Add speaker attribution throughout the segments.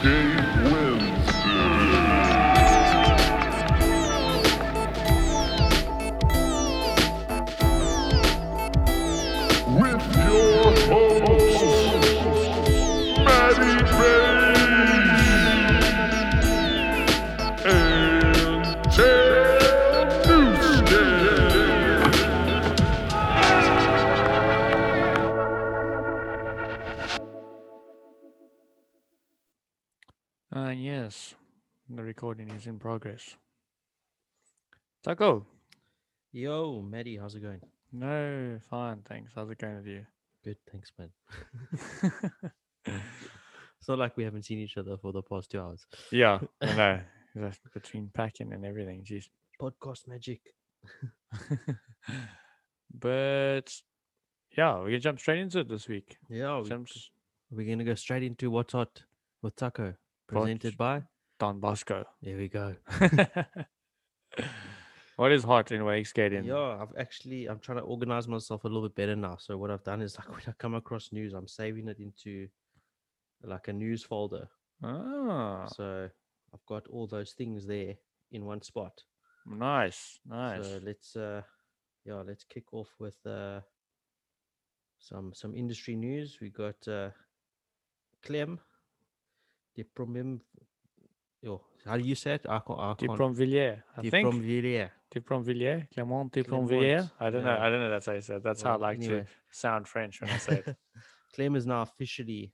Speaker 1: Gay Wednesday. With your hosts, Maddie Bae and Ted Newstead.
Speaker 2: Uh, yes, the recording is in progress. Taco,
Speaker 3: Yo, Maddie, how's it going?
Speaker 2: no, fine, thanks. How's it going with you?
Speaker 3: Good, thanks, man. it's not like we haven't seen each other for the past two hours.
Speaker 2: yeah, I know. That's between packing and everything, jeez.
Speaker 3: Podcast magic.
Speaker 2: but yeah, we can jump straight into it this week.
Speaker 3: Yeah, we,
Speaker 2: Jump
Speaker 3: are gonna go straight into what's hot with Taco, presented by.
Speaker 2: Don Bosco.
Speaker 3: There we go.
Speaker 2: what is hot in wake skating?
Speaker 3: Yeah, I've actually I'm trying to organize myself a little bit better now. So what I've done is like when I come across news, I'm saving it into like a news folder.
Speaker 2: Ah,
Speaker 3: So I've got all those things there in one spot.
Speaker 2: nice, nice.
Speaker 3: So let's uh yeah, let's kick off with uh some some industry news. We got uh Clem de Promim yo, how do you say it? I can't I
Speaker 2: Deep
Speaker 3: can't
Speaker 2: from Villiers, I
Speaker 3: de
Speaker 2: think.
Speaker 3: Promvilliers.
Speaker 2: Tiponvilliers, Clermont Tiponvilliers.
Speaker 3: Clermont,
Speaker 2: I don't know.
Speaker 3: yeah.
Speaker 2: I don't know. That's how you said. That's how I
Speaker 3: Well,
Speaker 2: like
Speaker 3: anyway.
Speaker 2: to sound French when I say it.
Speaker 3: Clem is now officially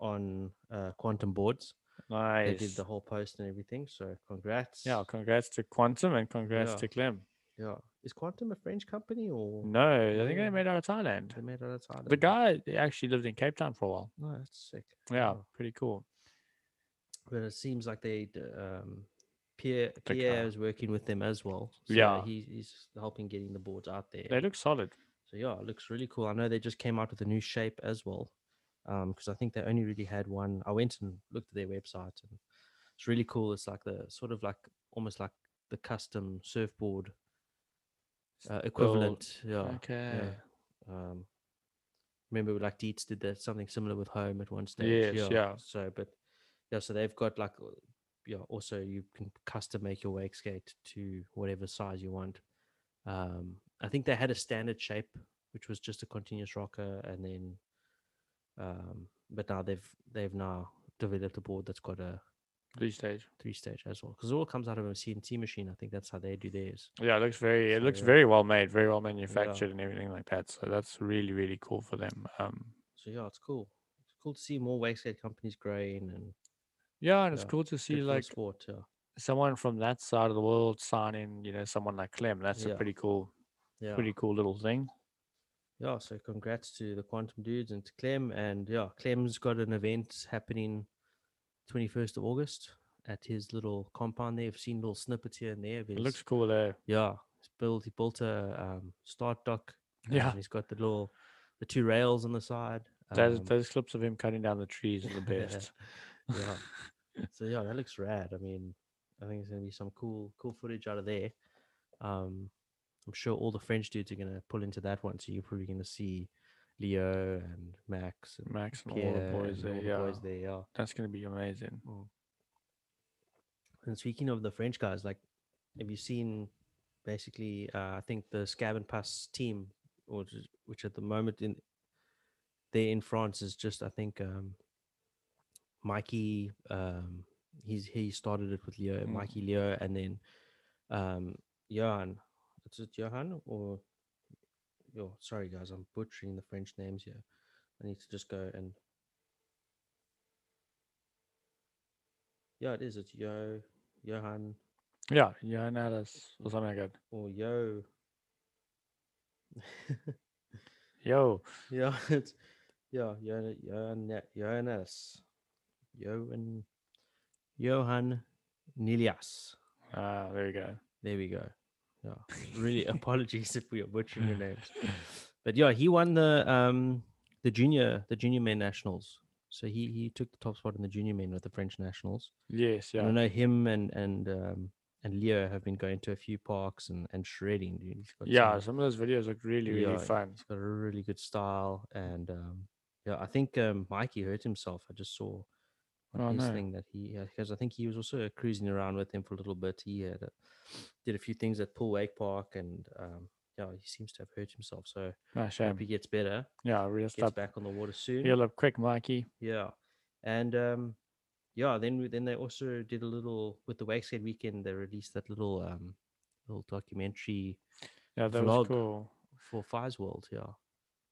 Speaker 3: on uh quantum boards. They
Speaker 2: Nice.
Speaker 3: did the whole post and everything, so congrats.
Speaker 2: yeah. Congrats to Quantum and congrats
Speaker 3: Yeah.
Speaker 2: to Clem.
Speaker 3: Yeah. Is Quantum a French company or
Speaker 2: No, I think they
Speaker 3: Yeah.
Speaker 2: made out of Thailand.
Speaker 3: they made out of Thailand?
Speaker 2: The guy he actually lived in Cape Town for a while.
Speaker 3: No, that's sick.
Speaker 2: Yeah,
Speaker 3: Oh.
Speaker 2: pretty cool.
Speaker 3: but it seems like they d- um Pierre
Speaker 2: The
Speaker 3: Pierre
Speaker 2: car.
Speaker 3: is working with them as well. So
Speaker 2: Yeah.
Speaker 3: he's, he's helping getting the boards out there.
Speaker 2: They look solid.
Speaker 3: so yeah, it looks really cool. I know they just came out with a new shape as well, because I think they only really had one. I went and looked at their website, and it's really cool. It's like the sort of like almost like the custom surfboard uh, equivalent. Yeah.
Speaker 2: Okay.
Speaker 3: Oh, Yeah. Um, remember, like Dietz did that something similar with Home at one stage.
Speaker 2: Yes,
Speaker 3: yeah.
Speaker 2: yeah.
Speaker 3: So, but yeah, so they've got like, uh, yeah. Also, you can custom make your wake skate to whatever size you want. Um, I think they had a standard shape, which was just a continuous rocker, and then, um, but now they've they've now developed a board that's got a
Speaker 2: Blue stage.
Speaker 3: three stage as well because it all comes out of a CNC machine. I think that's how they do theirs.
Speaker 2: Yeah, it looks very. It
Speaker 3: So,
Speaker 2: looks
Speaker 3: yeah.
Speaker 2: very well made, very well manufactured, and everything like that. So that's really, really cool for them. Um,
Speaker 3: So yeah, it's cool. It's cool to see more wake skate companies growing and
Speaker 2: yeah, and it's
Speaker 3: Yeah,
Speaker 2: cool to see
Speaker 3: good for the
Speaker 2: like
Speaker 3: sport. Yeah.
Speaker 2: someone from that side of the world signing. You know, someone like Clem. That's a
Speaker 3: Yeah.
Speaker 2: pretty cool,
Speaker 3: Yeah.
Speaker 2: pretty cool little thing.
Speaker 3: Yeah. So congrats to the Quantum Dudes and to Clem. And yeah, Clem's got an event happening 21st of August at his little compound there. I've seen little snippets here and there. But
Speaker 2: It looks cool though.
Speaker 3: yeah. He's built, he built a um, start dock.
Speaker 2: Yeah.
Speaker 3: and He's got the little, the two rails on the side.
Speaker 2: Those,
Speaker 3: um,
Speaker 2: those clips of him cutting down the trees are the best.
Speaker 3: yeah. so yeah, that looks rad. I mean, I think it's gonna be some cool, cool footage out of there. Um, I'm sure all the French dudes are gonna pull into that one, so you're probably gonna see Leo and Max and
Speaker 2: Max and all the
Speaker 3: Pierre
Speaker 2: boys
Speaker 3: and
Speaker 2: there.
Speaker 3: all the
Speaker 2: yeah.
Speaker 3: boys there. Mm. Yeah.
Speaker 2: That's going to be amazing.
Speaker 3: And speaking of the French guys, like, have you seen basically? Uh, I think the Scab and Pass team, or just, which at the moment in there in France is just, I think, um, Mikey. Um, he's he started it with Leo,
Speaker 2: Mm.
Speaker 3: Mikey Leo, and then um, Johan. Is it Johan or? Oh, sorry guys, I'm butchering the French names here. I need to just go and. Yeah, it is. It's Yo, Johan,
Speaker 2: Yeah. Yeah. And Alice or something like that.
Speaker 3: or Yo.
Speaker 2: Yo.
Speaker 3: Yeah, it's yeah, Johan, Johan, Johannes, Johan, Johan Nilias.
Speaker 2: Ah, there you go.
Speaker 3: There we go. Yeah, really apologies if we are butchering your names, but yeah, he won the um the junior the junior men nationals. So he he took the top spot in the junior men with the French nationals.
Speaker 2: Yes.
Speaker 3: And
Speaker 2: Yeah.
Speaker 3: I know him and and um, and Leo have been going to a few parks and and shredding. Dude. He's got
Speaker 2: Yeah.
Speaker 3: some-
Speaker 2: Some of those videos look really, really
Speaker 3: um, Yeah.
Speaker 2: fun.
Speaker 3: he's got a really good style and um, yeah, I think um, Mikey hurt himself. I just saw on
Speaker 2: Oh,
Speaker 3: his
Speaker 2: no.
Speaker 3: thing that he had because I think he was also cruising around with him for a little bit. He had a, did a few things at Pool Wake Park, and um, yeah, he seems to have hurt himself. So
Speaker 2: No
Speaker 3: hope
Speaker 2: shame.
Speaker 3: he gets better,
Speaker 2: Yeah, real
Speaker 3: gets
Speaker 2: stuff.
Speaker 3: back on the water soon.
Speaker 2: Heal up quick, Mikey.
Speaker 3: Yeah, and um, yeah, then we- then they also did a little with the Wakeside weekend. They released that little um, little documentary
Speaker 2: Yeah, that was
Speaker 3: Vlog.
Speaker 2: cool.
Speaker 3: for Fies World, yeah,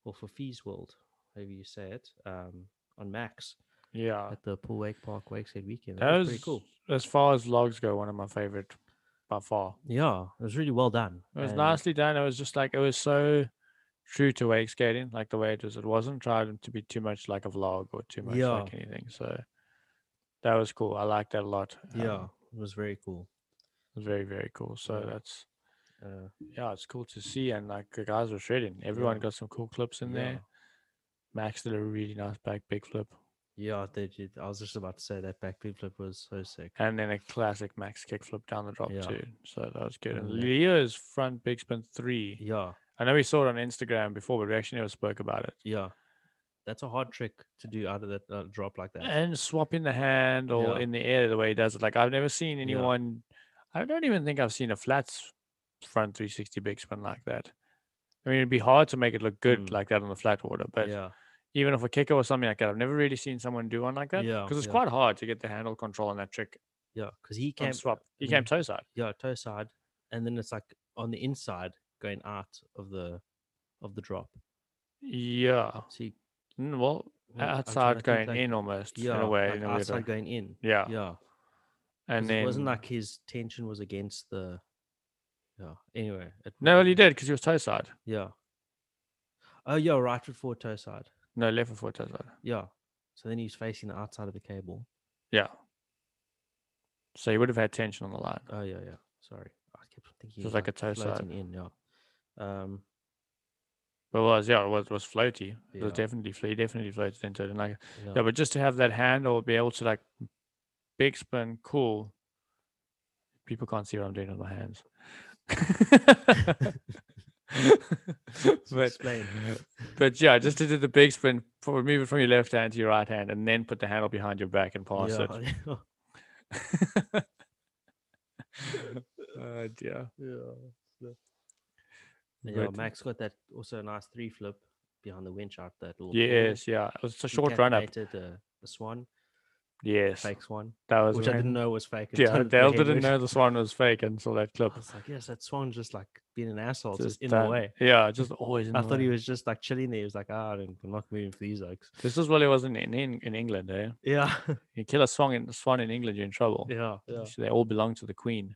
Speaker 3: or for Fees World, however you say it, um, on Max
Speaker 2: Yeah,
Speaker 3: at the Pool Wake Park Wakeside weekend. That,
Speaker 2: Ah. that
Speaker 3: was
Speaker 2: was
Speaker 3: pretty cool.
Speaker 2: As far as logs go, one of my favorite by far.
Speaker 3: Yeah, it was really well done.
Speaker 2: It was
Speaker 3: and-
Speaker 2: nicely done. It was just like it was so true to wake skating, like the way it was. It wasn't trying to be too much like a vlog or too much like
Speaker 3: Yeah.
Speaker 2: anything. So that was cool. I liked that a lot. Um,
Speaker 3: Yeah, it was very cool.
Speaker 2: it was very very cool. So
Speaker 3: Yeah.
Speaker 2: that's
Speaker 3: Uh,
Speaker 2: yeah, it's cool to see. And like the guys were shredding. Everyone
Speaker 3: Yeah.
Speaker 2: got some cool clips in
Speaker 3: yeah.
Speaker 2: there. Max did a really nice back big flip,
Speaker 3: Yeah, they did. I was just about to say that back flip was so sick.
Speaker 2: and then a classic Max kick flip down the drop
Speaker 3: Yeah.
Speaker 2: too. So that was good. And
Speaker 3: And the-
Speaker 2: Leo's front big spin three.
Speaker 3: Yeah,
Speaker 2: I know we saw it on Instagram before, but we actually never spoke about it.
Speaker 3: yeah. That's a hard trick to do out of that uh, drop like that.
Speaker 2: and swapping the hand or
Speaker 3: Yeah.
Speaker 2: in the air the way he does it. Like I've never seen anyone. I don't even think I've seen a flats front 360 big spin like that. I mean, it'd be hard to make it look good
Speaker 3: Mm.
Speaker 2: like that on the flat water, but
Speaker 3: yeah,
Speaker 2: even off a kicker or something like that, I've never really seen someone do one like that.
Speaker 3: Yeah,
Speaker 2: because it's
Speaker 3: yeah.
Speaker 2: quite hard to get the handle control on that trick
Speaker 3: yeah. Because he
Speaker 2: on
Speaker 3: came
Speaker 2: swap. He
Speaker 3: Mm.
Speaker 2: came toe side.
Speaker 3: yeah, toe side, and then it's like on the inside going out of the of the drop.
Speaker 2: Yeah.
Speaker 3: See,
Speaker 2: Mm, Well, outside going in almost
Speaker 3: yeah,
Speaker 2: in a way.
Speaker 3: like
Speaker 2: in a weird
Speaker 3: outside
Speaker 2: way.
Speaker 3: going in.
Speaker 2: Yeah.
Speaker 3: yeah. 'Cause
Speaker 2: And then
Speaker 3: it wasn't like his tension was against the. Yeah. Anyway, it,
Speaker 2: no, well, he
Speaker 3: it-
Speaker 2: did because he was toe side.
Speaker 3: Yeah. Oh yeah, right foot forward toe side.
Speaker 2: No, left foot toe side.
Speaker 3: Yeah. So then he's facing the outside of the cable.
Speaker 2: Yeah. So he would have had tension on the line.
Speaker 3: Oh yeah, yeah. Sorry, I kept thinking.
Speaker 2: So
Speaker 3: he
Speaker 2: it's like a toe side.
Speaker 3: floating in. Yeah. Um.
Speaker 2: But it was yeah, it was, was floaty. It was
Speaker 3: Yeah.
Speaker 2: definitely fle- definitely floated into it. And like
Speaker 3: Yeah.
Speaker 2: yeah, but just to have that handle, be able to like big spin, cool. People can't see what I'm doing with my hands. but
Speaker 3: Explain.
Speaker 2: but yeah, just to do the big spin, for- move it from your left hand to your right hand, and then put the handle behind your back and pass
Speaker 3: yeah.
Speaker 2: it.
Speaker 3: yeah.
Speaker 2: oh dear.
Speaker 3: And,
Speaker 2: But-
Speaker 3: yeah, Max got that also a nice three flip behind the winch out that little.
Speaker 2: Yes, yeah. It was a short run up.
Speaker 3: A, uh, a swan,
Speaker 2: Yes.
Speaker 3: fake swan,
Speaker 2: That was
Speaker 3: which I
Speaker 2: when-
Speaker 3: didn't know was fake.
Speaker 2: Yeah,
Speaker 3: until the
Speaker 2: Dale
Speaker 3: head
Speaker 2: didn't
Speaker 3: went-
Speaker 2: know the swan was fake until that clip.
Speaker 3: I was like, yes, that swan's just like being an asshole, just,
Speaker 2: Just
Speaker 3: in
Speaker 2: that-
Speaker 3: the way.
Speaker 2: Yeah, just always. In
Speaker 3: I
Speaker 2: the
Speaker 3: thought he
Speaker 2: way.
Speaker 3: was just like chilling there. He was like, ah, I'm I'm not moving for these oaks.
Speaker 2: This is what it was in in, in, in England. Eh?
Speaker 3: Yeah,
Speaker 2: You kill a swan in swan in England, you're in trouble.
Speaker 3: yeah, yeah.
Speaker 2: So They all belong to the queen.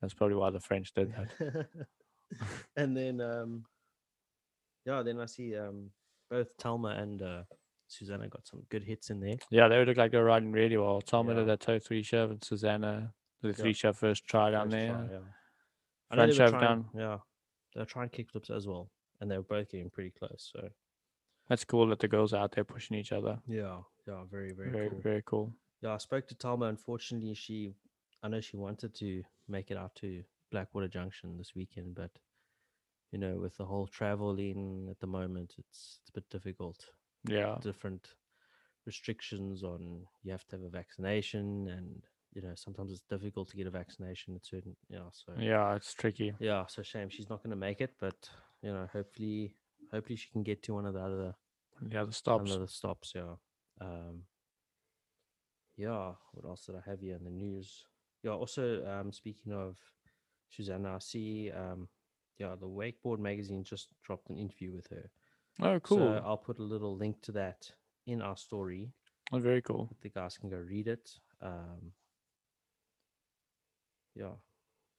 Speaker 2: That's probably why the French did that.
Speaker 3: and then um yeah then i see um both Talma and uh susanna got some good hits in there
Speaker 2: Yeah, they would look like they were riding really well. Tom
Speaker 3: Yeah.
Speaker 2: did that toe three shove, and Susanna did the three shove first try down
Speaker 3: First
Speaker 2: there.
Speaker 3: try, yeah. I
Speaker 2: Front
Speaker 3: know they were
Speaker 2: shove
Speaker 3: trying,
Speaker 2: down.
Speaker 3: yeah they're trying kick flips as well and they were both getting pretty close so
Speaker 2: That's cool that the girls are out there pushing each other.
Speaker 3: yeah yeah very very,
Speaker 2: Very very
Speaker 3: cool
Speaker 2: cool.
Speaker 3: yeah i spoke to Talma. unfortunately she i know she wanted to make it out to blackwater junction this weekend but you know with the whole traveling at the moment it's it's a bit difficult
Speaker 2: Yeah,
Speaker 3: different restrictions on you have to have a vaccination and you know sometimes it's difficult to get a vaccination at certain yeah so yeah,
Speaker 2: yeah, it's tricky.
Speaker 3: so shame she's not going to make it but you know hopefully hopefully she can get to one of the other
Speaker 2: The other stops.
Speaker 3: another stops yeah um yeah what else did i have here in the news yeah also um speaking of susanna i see um yeah the wakeboard magazine just dropped an interview with her
Speaker 2: Oh, cool.
Speaker 3: so uh, i'll put a little link to that in our story
Speaker 2: oh, very cool.
Speaker 3: the guys can go read it. Um, yeah,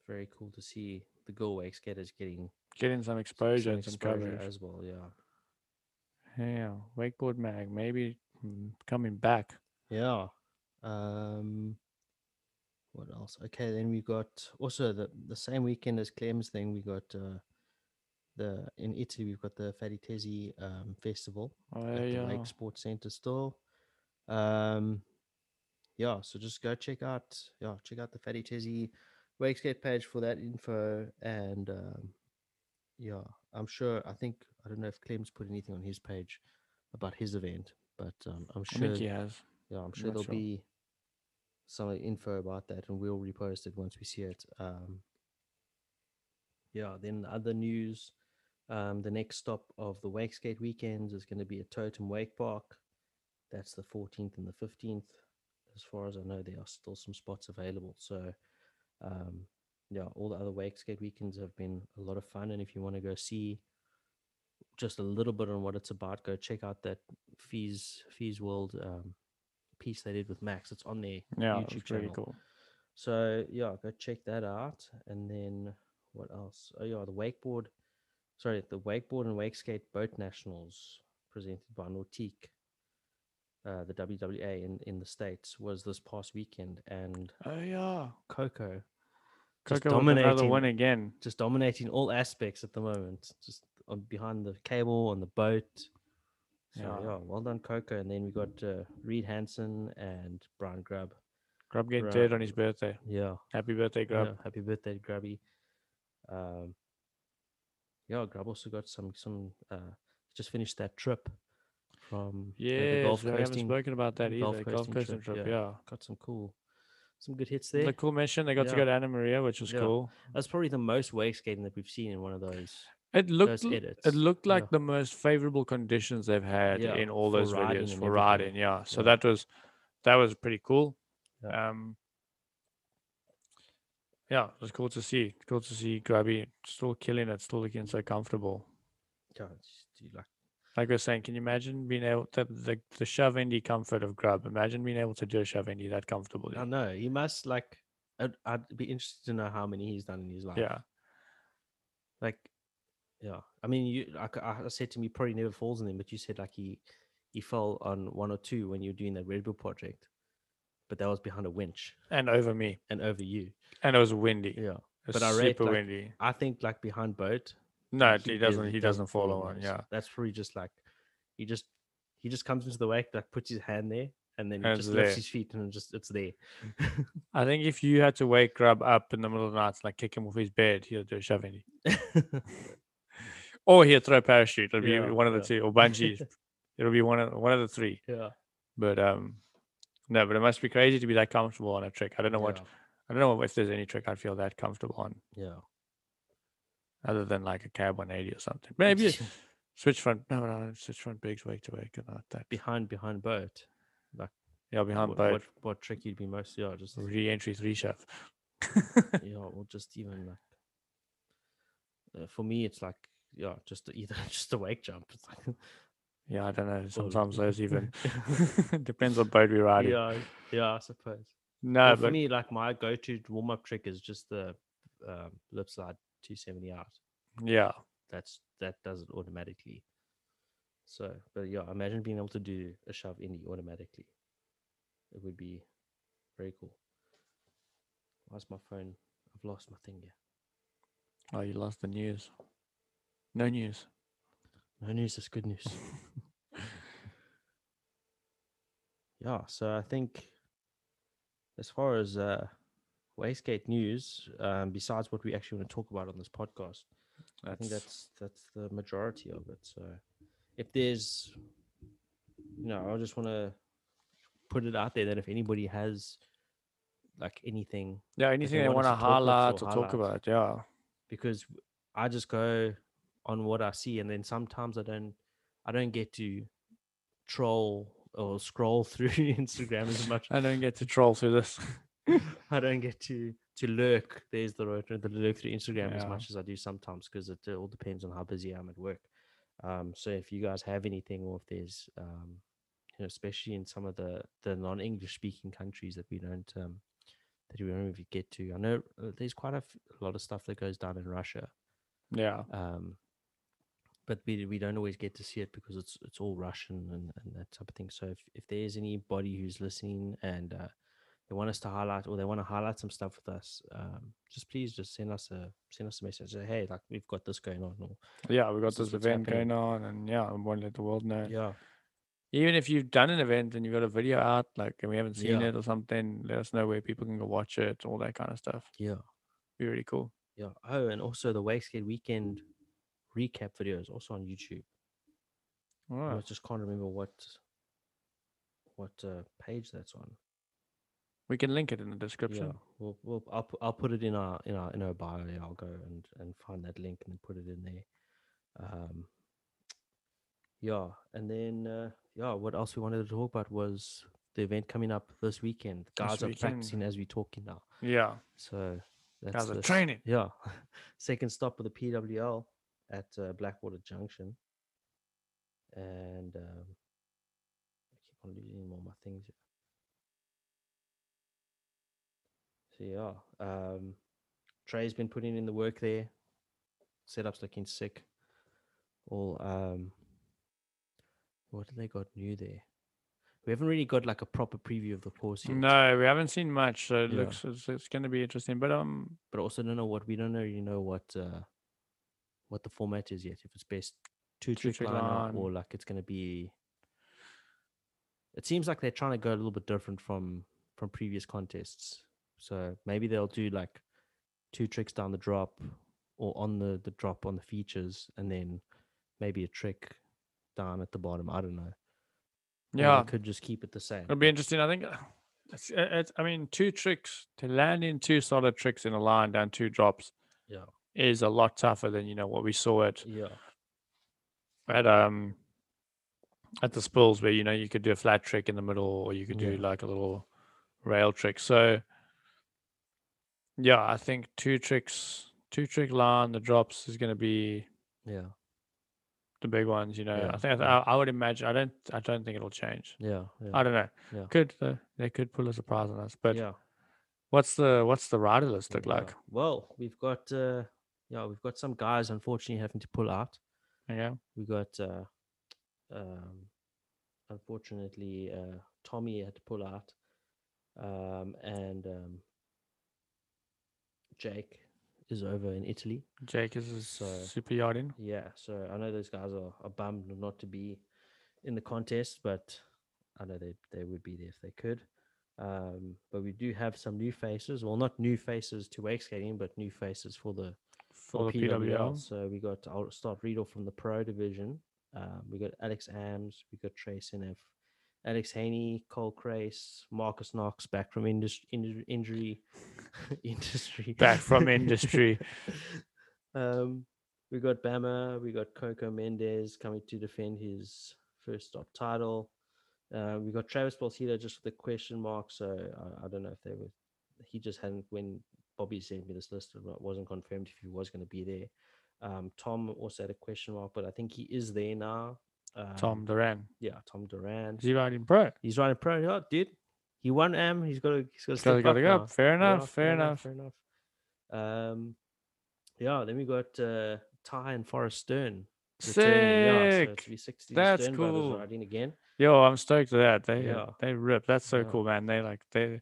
Speaker 3: very cool to see the go away skaters getting
Speaker 2: Getting some
Speaker 3: s- some
Speaker 2: exposure and some
Speaker 3: exposure
Speaker 2: coverage.
Speaker 3: as well. Yeah,
Speaker 2: Yeah, wakeboard mag maybe mm, coming back.
Speaker 3: yeah. Um, what else? Okay, then we got also the the same weekend as Clem's thing. We got uh, the in Italy we've got the Fatti Tesi um, festival.
Speaker 2: Oh
Speaker 3: at the
Speaker 2: yeah,
Speaker 3: Lake Sports Centre store. Um, yeah, so just go check out yeah check out the Fatty Tizzy Wakeskate page for that info and um, yeah, I'm sure I think I don't know if Clem's put anything on his page about his event, but um, I'm
Speaker 2: I
Speaker 3: sure
Speaker 2: think he has.
Speaker 3: Yeah, I'm sure
Speaker 2: not
Speaker 3: there'll
Speaker 2: sure.
Speaker 3: be some info about that, and we'll repost it once we see it. Um, yeah, then other news. Um, the next stop of the Wakeskate weekends is going to be at Totem Wake Park. That's the 14th and the 15th. As far as I know, there are still some spots available. So, um, yeah, all the other Wakeskate weekends have been a lot of fun. And if you want to go see just a little bit on what it's about, go check out that Fees Fees World um, piece they did with Max. It's on their
Speaker 2: Yeah,
Speaker 3: YouTube
Speaker 2: it's
Speaker 3: channel.
Speaker 2: pretty cool.
Speaker 3: So yeah, go check that out. And then what else? Oh yeah, the wakeboard. Sorry, the wakeboard and wakeskate boat nationals presented by Nautique, uh, the WWA in in the states was this past weekend, and
Speaker 2: Oh yeah,
Speaker 3: Coco just
Speaker 2: Coco with another
Speaker 3: dominating.
Speaker 2: one again.
Speaker 3: just dominating all aspects at the moment. Just on behind the cable on the boat. So yeah,
Speaker 2: Yeah.
Speaker 3: well done, Coco. And then we got uh, Reed Hansen and Brian Grubb.
Speaker 2: Grub getting
Speaker 3: Right.
Speaker 2: dead on his birthday.
Speaker 3: Yeah,
Speaker 2: Happy birthday, Grub.
Speaker 3: Yeah, happy birthday, Grubby. Um, yeah, Grub also got some some. Uh, just finished that trip from uh,
Speaker 2: Yeah,
Speaker 3: the Gulf
Speaker 2: we haven't
Speaker 3: Coasting.
Speaker 2: spoken about that
Speaker 3: the
Speaker 2: either. Golf
Speaker 3: Gulf
Speaker 2: Coast
Speaker 3: Coasting
Speaker 2: trip,
Speaker 3: trip, yeah.
Speaker 2: yeah.
Speaker 3: Got some cool, some good hits
Speaker 2: yeah.
Speaker 3: there.
Speaker 2: cool mission. They got to
Speaker 3: Yeah.
Speaker 2: go to Anna Maria, which was
Speaker 3: Yeah.
Speaker 2: cool.
Speaker 3: That's probably the most wake skating that we've seen in one of those.
Speaker 2: It looked l-
Speaker 3: edits,
Speaker 2: it looked
Speaker 3: yeah.
Speaker 2: like the most favorable conditions they've had
Speaker 3: Yeah,
Speaker 2: in all
Speaker 3: for
Speaker 2: those
Speaker 3: riding
Speaker 2: videos
Speaker 3: and
Speaker 2: for
Speaker 3: everything.
Speaker 2: riding. Yeah, so
Speaker 3: Yeah.
Speaker 2: that was that was pretty cool.
Speaker 3: Yeah.
Speaker 2: Um, yeah, it was cool to see. Cool to see Grubby still killing it, still looking so comfortable.
Speaker 3: Yeah, it's- do you like-
Speaker 2: Like I was saying, can you imagine being able to the the shove endy comfort of Grub? Imagine being able to do a shove endy that comfortably.
Speaker 3: I know he must like. I'd, I'd be interested to know how many he's done in his life.
Speaker 2: yeah,
Speaker 3: like yeah i mean you like i I said to me probably never falls in them but you said like he he fell on one or two when you were doing that red bull project but that was behind a winch
Speaker 2: and over me,
Speaker 3: and over you
Speaker 2: and it was windy.
Speaker 3: yeah
Speaker 2: It was
Speaker 3: But I rate,
Speaker 2: super
Speaker 3: like,
Speaker 2: windy.
Speaker 3: i think like behind boat
Speaker 2: No,
Speaker 3: like,
Speaker 2: he doesn't. He doesn't fall on
Speaker 3: in
Speaker 2: one.
Speaker 3: those.
Speaker 2: Yeah,
Speaker 3: that's probably just like he just he just comes into the wake like puts his hand there and then he
Speaker 2: And
Speaker 3: just
Speaker 2: it's
Speaker 3: lifts
Speaker 2: there.
Speaker 3: his feet and just it's there
Speaker 2: I think if you had to wake Grub up in the middle of the night and like kick him off his bed, he'll do a shove in Or he'll throw a parachute. It'll be
Speaker 3: Yeah,
Speaker 2: one of the two.
Speaker 3: yeah.
Speaker 2: Or bungee. It'll be one of one of the three.
Speaker 3: yeah
Speaker 2: But um no, but it must be crazy to be that comfortable on a trick. I don't know what
Speaker 3: yeah,
Speaker 2: I don't know if there's any trick I'd feel that comfortable on
Speaker 3: yeah
Speaker 2: other than like a cab 180 or something. Maybe a switch front. No, no, no, switch front bigs wake to wake and like that.
Speaker 3: behind behind boat
Speaker 2: Yeah, behind
Speaker 3: what,
Speaker 2: boat.
Speaker 3: what what trick you'd be most yeah just
Speaker 2: Re-entry three shove.
Speaker 3: yeah, or just even like uh, for me, it's like yeah, just the- either just a wake jump. It's like,
Speaker 2: yeah, I don't know.
Speaker 3: or-
Speaker 2: Sometimes those even depends on boat we're riding.
Speaker 3: yeah, yeah, I suppose.
Speaker 2: No,
Speaker 3: But for
Speaker 2: Uh, but
Speaker 3: me, like my go-to warm up trick is just the um, lip slide 270 out.
Speaker 2: yeah.
Speaker 3: That's that does it automatically. So, but yeah, imagine being able to do a shove indie automatically. It would be very cool. Why's my phone? I've lost my thing here.
Speaker 2: Oh, you lost the news. No news.
Speaker 3: No news is good news. yeah, so I think as far as uh, Wastegate news, um, besides what we actually want to talk about on this podcast, I think that's that's the majority of it. So if there's, you know, I just want to put it out there that if anybody has like anything
Speaker 2: yeah. Anything they want
Speaker 3: want
Speaker 2: to
Speaker 3: us to talk about,
Speaker 2: highlight
Speaker 3: so
Speaker 2: or talk
Speaker 3: highlight.
Speaker 2: about, yeah.
Speaker 3: because I just go on what I see, and then sometimes I don't, I don't get to troll or scroll through Instagram as much.
Speaker 2: I don't get to troll through this.
Speaker 3: I don't get to to lurk. There's the road the lurk through Instagram as
Speaker 2: Yeah.
Speaker 3: much as I do sometimes because it all depends on how busy I'm at work. Um, so if you guys have anything, or if there's, um, you know, especially in some of the the non-English speaking countries that we don't um, that we don't really get to, I know uh, there's quite a, f- a lot of stuff that goes down in Russia
Speaker 2: yeah.
Speaker 3: um, but we we don't always get to see it because it's it's all Russian and, and that type of thing. So if, if there's anybody who's listening and uh, they want us to highlight or they want to highlight some stuff with us, um, just please just send us a send us a message. Say, hey, like we've got this going on. Or,
Speaker 2: Yeah. We got
Speaker 3: This is
Speaker 2: this
Speaker 3: what's
Speaker 2: event
Speaker 3: happening.
Speaker 2: going on, and yeah, I want to let the world know.
Speaker 3: yeah,
Speaker 2: Even if you've done an event and you've got a video out, like, and we haven't seen
Speaker 3: Yeah.
Speaker 2: it or something, let us know where people can go watch it, all that kind of stuff.
Speaker 3: yeah,
Speaker 2: Be really cool.
Speaker 3: yeah. Oh, and also the Wakeskate Weekend recap video is also on YouTube.
Speaker 2: All right.
Speaker 3: I just can't remember what what uh, page that's on.
Speaker 2: We can link it in the
Speaker 3: Yeah,
Speaker 2: description.
Speaker 3: we'll, we'll I'll, pu- I'll put it in our in our in our bio. Yeah, I'll go and and find that link and put it in there. Um, yeah, and then uh, yeah, what else we wanted to talk about was the event coming up this weekend. Guys are
Speaker 2: weekend.
Speaker 3: practicing as we talking now,
Speaker 2: Yeah.
Speaker 3: so that's
Speaker 2: Guys are
Speaker 3: this-
Speaker 2: training.
Speaker 3: Yeah, second stop of the PWL at uh, Blackwater Junction, and um, I keep on losing all my things. So yeah, um, Trey's been putting in the work there. Setup's looking sick. All um, what have they got new there? We haven't really got like a proper preview of the course yet.
Speaker 2: No, we haven't seen much. So it
Speaker 3: Yeah.
Speaker 2: looks it's, it's going to be interesting. But um,
Speaker 3: but I also don't know what we don't really know what uh what the format is yet. If it's best two trick
Speaker 2: trick
Speaker 3: line
Speaker 2: line.
Speaker 3: or like it's gonna be. It seems like they're trying to go a little bit different from from previous contests. So maybe they'll do like two tricks down the drop or on the the drop on the features, and then maybe a trick down at the bottom. I don't know. Or they
Speaker 2: yeah,
Speaker 3: could just keep it the same.
Speaker 2: it'll be interesting. I think. uh, It's, it's, I mean, two tricks to land in two solid tricks in a line down two drops
Speaker 3: Yeah.
Speaker 2: is a lot tougher than you know what we saw at
Speaker 3: Yeah,
Speaker 2: at um at the spills where you know you could do a flat trick in the middle or you could do
Speaker 3: Yeah.
Speaker 2: like a little rail trick so yeah i think two tricks two trick line the drops is going to be
Speaker 3: yeah,
Speaker 2: the big ones you know
Speaker 3: Yeah,
Speaker 2: i think I,
Speaker 3: yeah.
Speaker 2: I would imagine i don't i don't think it'll change
Speaker 3: yeah, yeah.
Speaker 2: i don't know
Speaker 3: Yeah.
Speaker 2: could uh, they could pull a surprise on us but
Speaker 3: yeah.
Speaker 2: what's the what's the rider list look
Speaker 3: Yeah.
Speaker 2: like
Speaker 3: Well, we've got uh yeah, we've got some guys unfortunately having to pull out.
Speaker 2: yeah
Speaker 3: We got uh um unfortunately uh Tommy had to pull out. Um and um Jake is over in Italy.
Speaker 2: jake is a
Speaker 3: So-
Speaker 2: super yarding
Speaker 3: Yeah, so I know those guys are, are bummed not to be in the contest, but I know they, they would be there if they could. Um, but we do have some new faces. Well, not new faces to wake skating, but new faces for the
Speaker 2: for the pwl
Speaker 3: so we got, I'll start read off from the pro division. Um, we got Alex Ams, we got Trey Senev, Alex Haney, Cole Crace, Marcus Knox back from industry, injury, industry.
Speaker 2: back from industry
Speaker 3: um, we got Bama, we got Coco Mendez coming to defend his first stop title. Uh, we got Travis Balsita just with a question mark, so I, I don't know if they were. He just hadn't when Bobby sent me this list, it wa- wasn't confirmed if he was going to be there. Um, Tom also had a question mark, but I think he is there now. Um,
Speaker 2: tom duran
Speaker 3: yeah, Tom Duran.
Speaker 2: is he riding pro
Speaker 3: He's running pro. Yeah, dude, he won Am. He's got to. He's got
Speaker 2: Gotta,
Speaker 3: to step
Speaker 2: gotta
Speaker 3: up
Speaker 2: go.
Speaker 3: now.
Speaker 2: Fair
Speaker 3: Yeah,
Speaker 2: enough. fair, enough.
Speaker 3: Fair enough. Um, yeah. Then we got uh, Ty and Forrest Stern. returning, Yeah, so
Speaker 2: Sick.
Speaker 3: to be 60
Speaker 2: That's
Speaker 3: Stern
Speaker 2: cool.
Speaker 3: brothers riding again.
Speaker 2: Yo, I'm stoked for that. They uh,
Speaker 3: Yeah.
Speaker 2: they rip. That's so
Speaker 3: Yeah.
Speaker 2: cool, man. They like they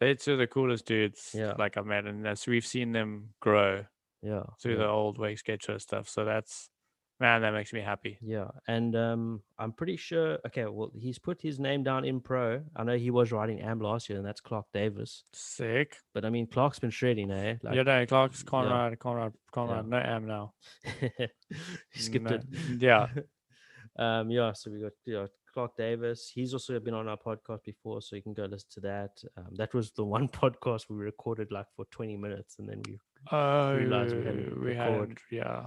Speaker 2: they're two of the coolest dudes
Speaker 3: Yeah.
Speaker 2: like I've met, and that's we've seen them grow
Speaker 3: Yeah.
Speaker 2: through
Speaker 3: yeah.
Speaker 2: the old wake skate show stuff. So that's man, that makes me happy.
Speaker 3: Yeah, and um, I'm pretty sure. Okay, well, he's put his name down in pro. I know he was riding Am last year, and that's Clark Davis.
Speaker 2: Sick.
Speaker 3: But I mean, Clark's been shredding, eh? Like,
Speaker 2: yeah, no, Clark's
Speaker 3: yeah.
Speaker 2: Conrad, Conrad, Conrad. No am now.
Speaker 3: he skipped
Speaker 2: No,
Speaker 3: it.
Speaker 2: Yeah.
Speaker 3: um, yeah, so we got you know, Clark Davis. He's also been on our podcast before, so you can go listen to that. Um, that was the one podcast we recorded like for 20 minutes, and then we
Speaker 2: Oh, we
Speaker 3: Realised we hadn't recorded.
Speaker 2: hadn't, yeah,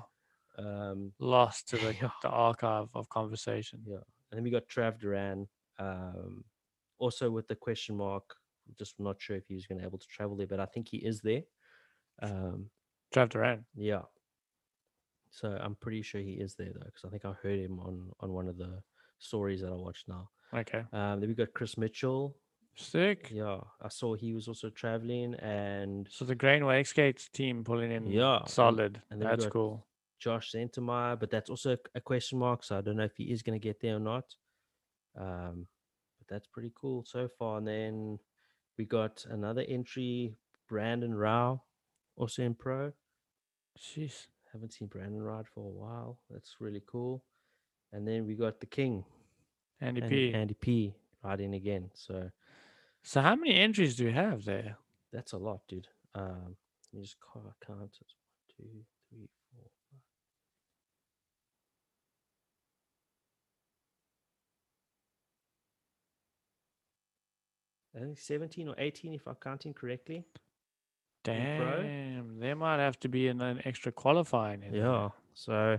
Speaker 3: um,
Speaker 2: lost to the,
Speaker 3: Yeah.
Speaker 2: the archive of conversation.
Speaker 3: Yeah. and then we got Trav Duran, um, also with the question mark. Just not sure if he was going to able to travel there, but I think he is there. Um,
Speaker 2: Trav Duran.
Speaker 3: Yeah. So I'm pretty sure he is there though, because I think I heard him on on one of the stories that I watched now.
Speaker 2: Okay,
Speaker 3: Um, then we got Chris Mitchell.
Speaker 2: sick.
Speaker 3: Yeah, I saw he was also traveling, and
Speaker 2: So the Grain Wake Skates team pulling in
Speaker 3: Yeah, and-
Speaker 2: solid.
Speaker 3: and then we
Speaker 2: That's
Speaker 3: got-
Speaker 2: cool.
Speaker 3: Josh Santemeyer, but that's also a question mark. So I don't know if he is going to get there or not. Um, but that's pretty cool so far. And then we got another entry, Brandon Rao, also in pro.
Speaker 2: Jeez.
Speaker 3: Haven't seen Brandon ride for a while. That's really cool. And then we got the King,
Speaker 2: Andy
Speaker 3: Andy,
Speaker 2: P.
Speaker 3: Andy P riding again. So
Speaker 2: So how many entries do you have there?
Speaker 3: that's a lot, dude. Um, let me just ca- count. It's one, two, three, four, five. I think 17 or 18, if I'm counting correctly. Big Bro.
Speaker 2: Damn, there might have to be an, an extra qualifying. In there.
Speaker 3: Yeah. So,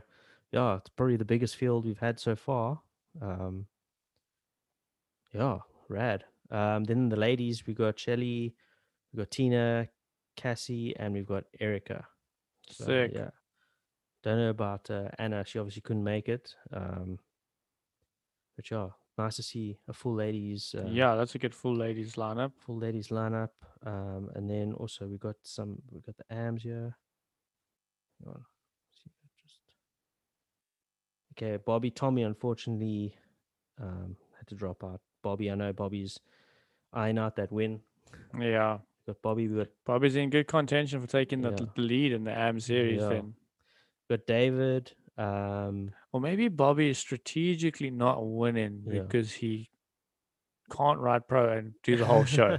Speaker 3: yeah, it's probably the biggest field we've had so far. Um, yeah, rad. Um, then the ladies, we got Shelly, we got Tina, Cassie, and we've got Erica. So,
Speaker 2: Sick.
Speaker 3: Yeah. Don't know about uh, Anna. She obviously couldn't make it. Um, but yeah, nice to see a full ladies. Uh,
Speaker 2: yeah, that's a good full ladies lineup.
Speaker 3: full ladies lineup. Um, and then also we got some we got the AMs here. Hang on. See if I just Okay, Bobby Tommy unfortunately um, had to drop out. Bobby, I know Bobby's eyeing out that win.
Speaker 2: Yeah,
Speaker 3: We got Bobby, we got
Speaker 2: Bobby's in good contention for taking the
Speaker 3: Yeah.
Speaker 2: the lead in the AM series.
Speaker 3: Yeah.
Speaker 2: Then,
Speaker 3: we got David. Um,
Speaker 2: or maybe Bobby is strategically not winning
Speaker 3: Yeah.
Speaker 2: because he can't ride pro and do the whole show.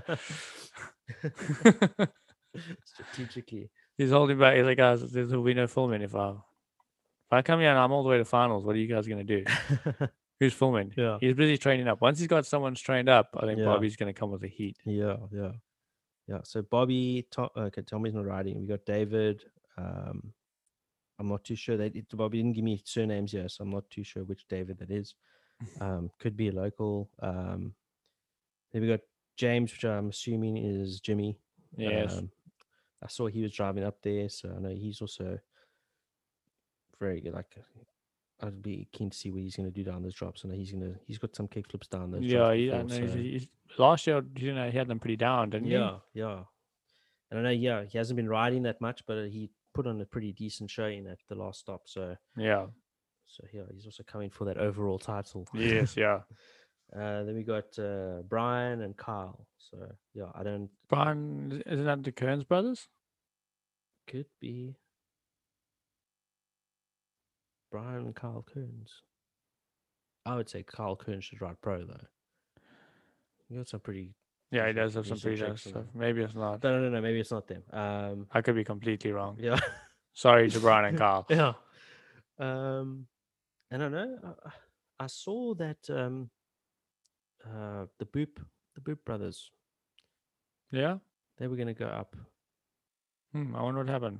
Speaker 3: strategically.
Speaker 2: He's holding back. He's like, guys, there's will be no filming if I if I come here and I'm all the way to finals. What are you guys gonna do? Who's filming?
Speaker 3: yeah.
Speaker 2: He's busy training up. Once he's got someone trained up, I think
Speaker 3: Yeah.
Speaker 2: Bobby's gonna come with the heat.
Speaker 3: Yeah, yeah, yeah. So Bobby, Tom, okay, Tommy's not riding. We got David. Um, I'm not too sure. They it, Bobby didn't give me surnames here, so I'm not too sure which David that is. Um, could be a local. Um, then we got James, which I'm assuming is Jimmy.
Speaker 2: Yes.
Speaker 3: Um, I saw he was driving up there, so I know he's also very good. Like, I'd be keen to see what he's going to do down those drops. I know he's going to. He's got some kickflips down those.
Speaker 2: yeah,
Speaker 3: drops
Speaker 2: he, I
Speaker 3: before,
Speaker 2: know he's-
Speaker 3: so-
Speaker 2: he's- last year you know he had them pretty down, didn't he?
Speaker 3: yeah, yeah. And I know, yeah, he hasn't been riding that much, but uh, he put on a pretty decent showing at the last stop. So,
Speaker 2: Yeah.
Speaker 3: so yeah, he's also coming for that overall title.
Speaker 2: Yes, yeah.
Speaker 3: Uh, then we got uh, Brian and Kyle. So yeah, I don't
Speaker 2: Brian isn't that the Kearns brothers?
Speaker 3: could be Brian and Kyle Coons. I would say Kyle Coons should ride pro though. He got some pretty.
Speaker 2: Yeah, he
Speaker 3: He's a-
Speaker 2: does have some
Speaker 3: he's a
Speaker 2: pretty nice
Speaker 3: Texan,
Speaker 2: stuff.
Speaker 3: though.
Speaker 2: Maybe it's not.
Speaker 3: No, no, no, no. Maybe it's not them. Um,
Speaker 2: I could be completely wrong.
Speaker 3: yeah.
Speaker 2: Sorry to Brian and Carl.
Speaker 3: Yeah. Um, and I know I- I, I saw that um, uh, the Boop, the Boop brothers,
Speaker 2: Yeah.
Speaker 3: they were going to go up.
Speaker 2: Hmm, I wonder what happened.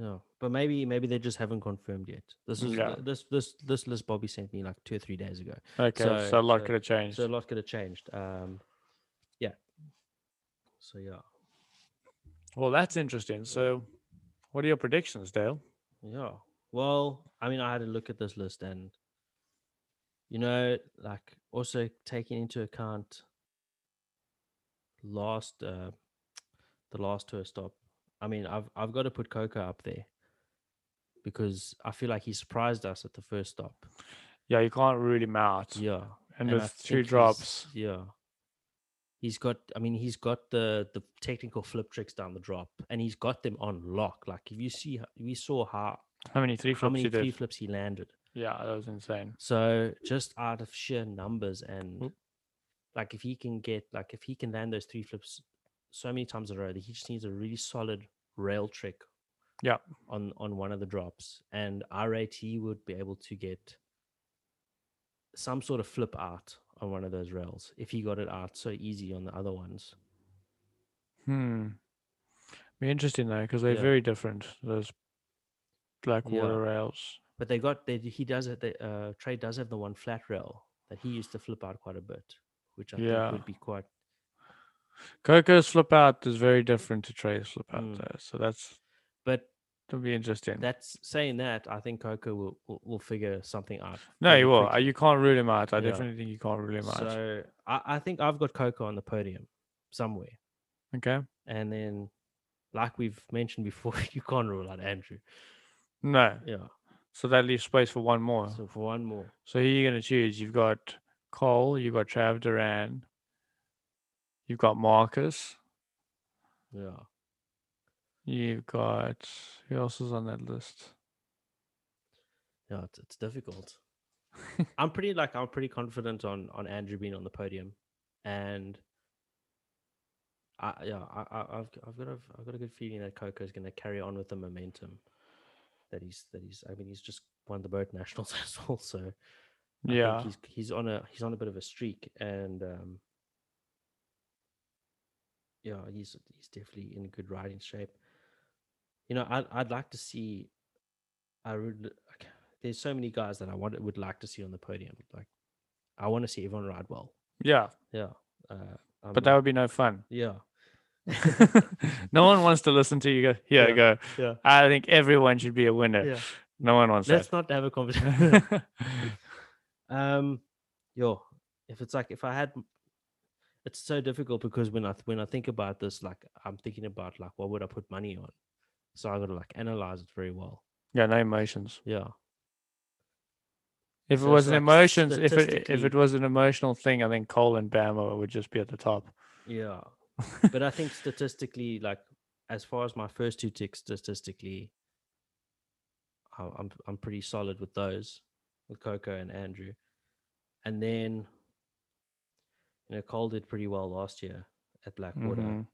Speaker 3: Yeah, but maybe maybe they just haven't confirmed yet. This is
Speaker 2: Yeah.
Speaker 3: the- this this this list Bobby sent me like two or three days ago,
Speaker 2: Okay, so,
Speaker 3: So-
Speaker 2: a lot
Speaker 3: so-
Speaker 2: could have changed.
Speaker 3: so a lot could have changed. Um, yeah. So yeah,
Speaker 2: well, that's interesting. So, what are your predictions, Dale?
Speaker 3: yeah. Well, I mean, I had a look at this list, and you know, like also taking into account last uh the last tour stop. I mean, I've I've got to put Coco up there because I feel like he surprised us at the first stop.
Speaker 2: Yeah, you can't rule him out.
Speaker 3: Yeah,
Speaker 2: And
Speaker 3: I
Speaker 2: with two
Speaker 3: think he's-
Speaker 2: drops,
Speaker 3: Yeah, he's got. I mean, he's got the the technical flip tricks down the drop, and he's got them on lock. Like if you see, h- we saw how
Speaker 2: how many three
Speaker 3: how
Speaker 2: flips
Speaker 3: many
Speaker 2: you did?
Speaker 3: three flips he landed.
Speaker 2: yeah, that was insane.
Speaker 3: So just out of sheer numbers and
Speaker 2: Oop.
Speaker 3: like if he can get like if he can land those three flips so many times in a row that he just needs a really solid rail trick.
Speaker 2: Yeah.
Speaker 3: On on one of the drops. And I rate he would be able to get some sort of flip out on one of those rails if he got it out so easy on the other ones.
Speaker 2: Hmm. Be interesting though, because they're
Speaker 3: Yeah.
Speaker 2: very different. Those black
Speaker 3: Yeah.
Speaker 2: water rails.
Speaker 3: But they got they, he does it the uh Trey does have the one flat rail that he used to flip out quite a bit, which I
Speaker 2: Yeah.
Speaker 3: think would be quite
Speaker 2: Coco's flip out is very different to Trey's flip out
Speaker 3: Mm.
Speaker 2: though. So that's
Speaker 3: but
Speaker 2: that'll be interesting.
Speaker 3: That's saying that I think Coco will will, will figure something out.
Speaker 2: no,
Speaker 3: pretty
Speaker 2: you will. Uh,
Speaker 3: quickly.
Speaker 2: You can't rule him out. I
Speaker 3: Yeah.
Speaker 2: definitely think you can't rule him out.
Speaker 3: So I, I think I've got Coco on the podium somewhere,
Speaker 2: Okay.
Speaker 3: and then like we've mentioned before, you can't rule out Andrew.
Speaker 2: No.
Speaker 3: Yeah.
Speaker 2: So that leaves space for one more.
Speaker 3: So for one more,
Speaker 2: So who are you going to choose? You've got Cole, you've got Trav Duran, you've got Marcus,
Speaker 3: yeah,
Speaker 2: you've got who else is on that list?
Speaker 3: yeah, it's, it's difficult. I'm pretty like I'm pretty confident on on Andrew being on the podium, and. I, yeah, I, I, I've I've got a I've got a good feeling that Coco is going to carry on with the momentum that he's that he's I mean he's just won the boat nationals as well, so I think
Speaker 2: yeah.
Speaker 3: he's he's on a he's on a bit of a streak, and um, yeah, he's he's definitely in good riding shape. You know, I'd I'd like to see. I would. There's so many guys that I want would like to see on the podium. Like, I want to see everyone ride well.
Speaker 2: Yeah,
Speaker 3: Yeah, uh,
Speaker 2: but
Speaker 3: I'm not-
Speaker 2: that would be no fun.
Speaker 3: yeah,
Speaker 2: no one wants to listen to you go. Here I
Speaker 3: Yeah.
Speaker 2: go.
Speaker 3: yeah,
Speaker 2: I think everyone should be a winner.
Speaker 3: yeah.
Speaker 2: No one wants
Speaker 3: Let's
Speaker 2: that.
Speaker 3: not have a conversation. Um, yo, if it's like if I had, it's so difficult because when I th- when I think about this, like I'm thinking about like what would I put money on, so I gotta like analyze it very well.
Speaker 2: yeah, no emotions.
Speaker 3: Yeah,
Speaker 2: If it
Speaker 3: So it's
Speaker 2: was an
Speaker 3: like
Speaker 2: emotions, if it if
Speaker 3: statistically-
Speaker 2: it was an emotional thing, I think Cole and Bama would just be at the top.
Speaker 3: yeah, but I think statistically, like as far as my first two ticks, statistically, I- I'm I'm pretty solid with those, with Coco and Andrew, and then, you know, Cole did pretty well last year at Blackwater.
Speaker 2: Mhm.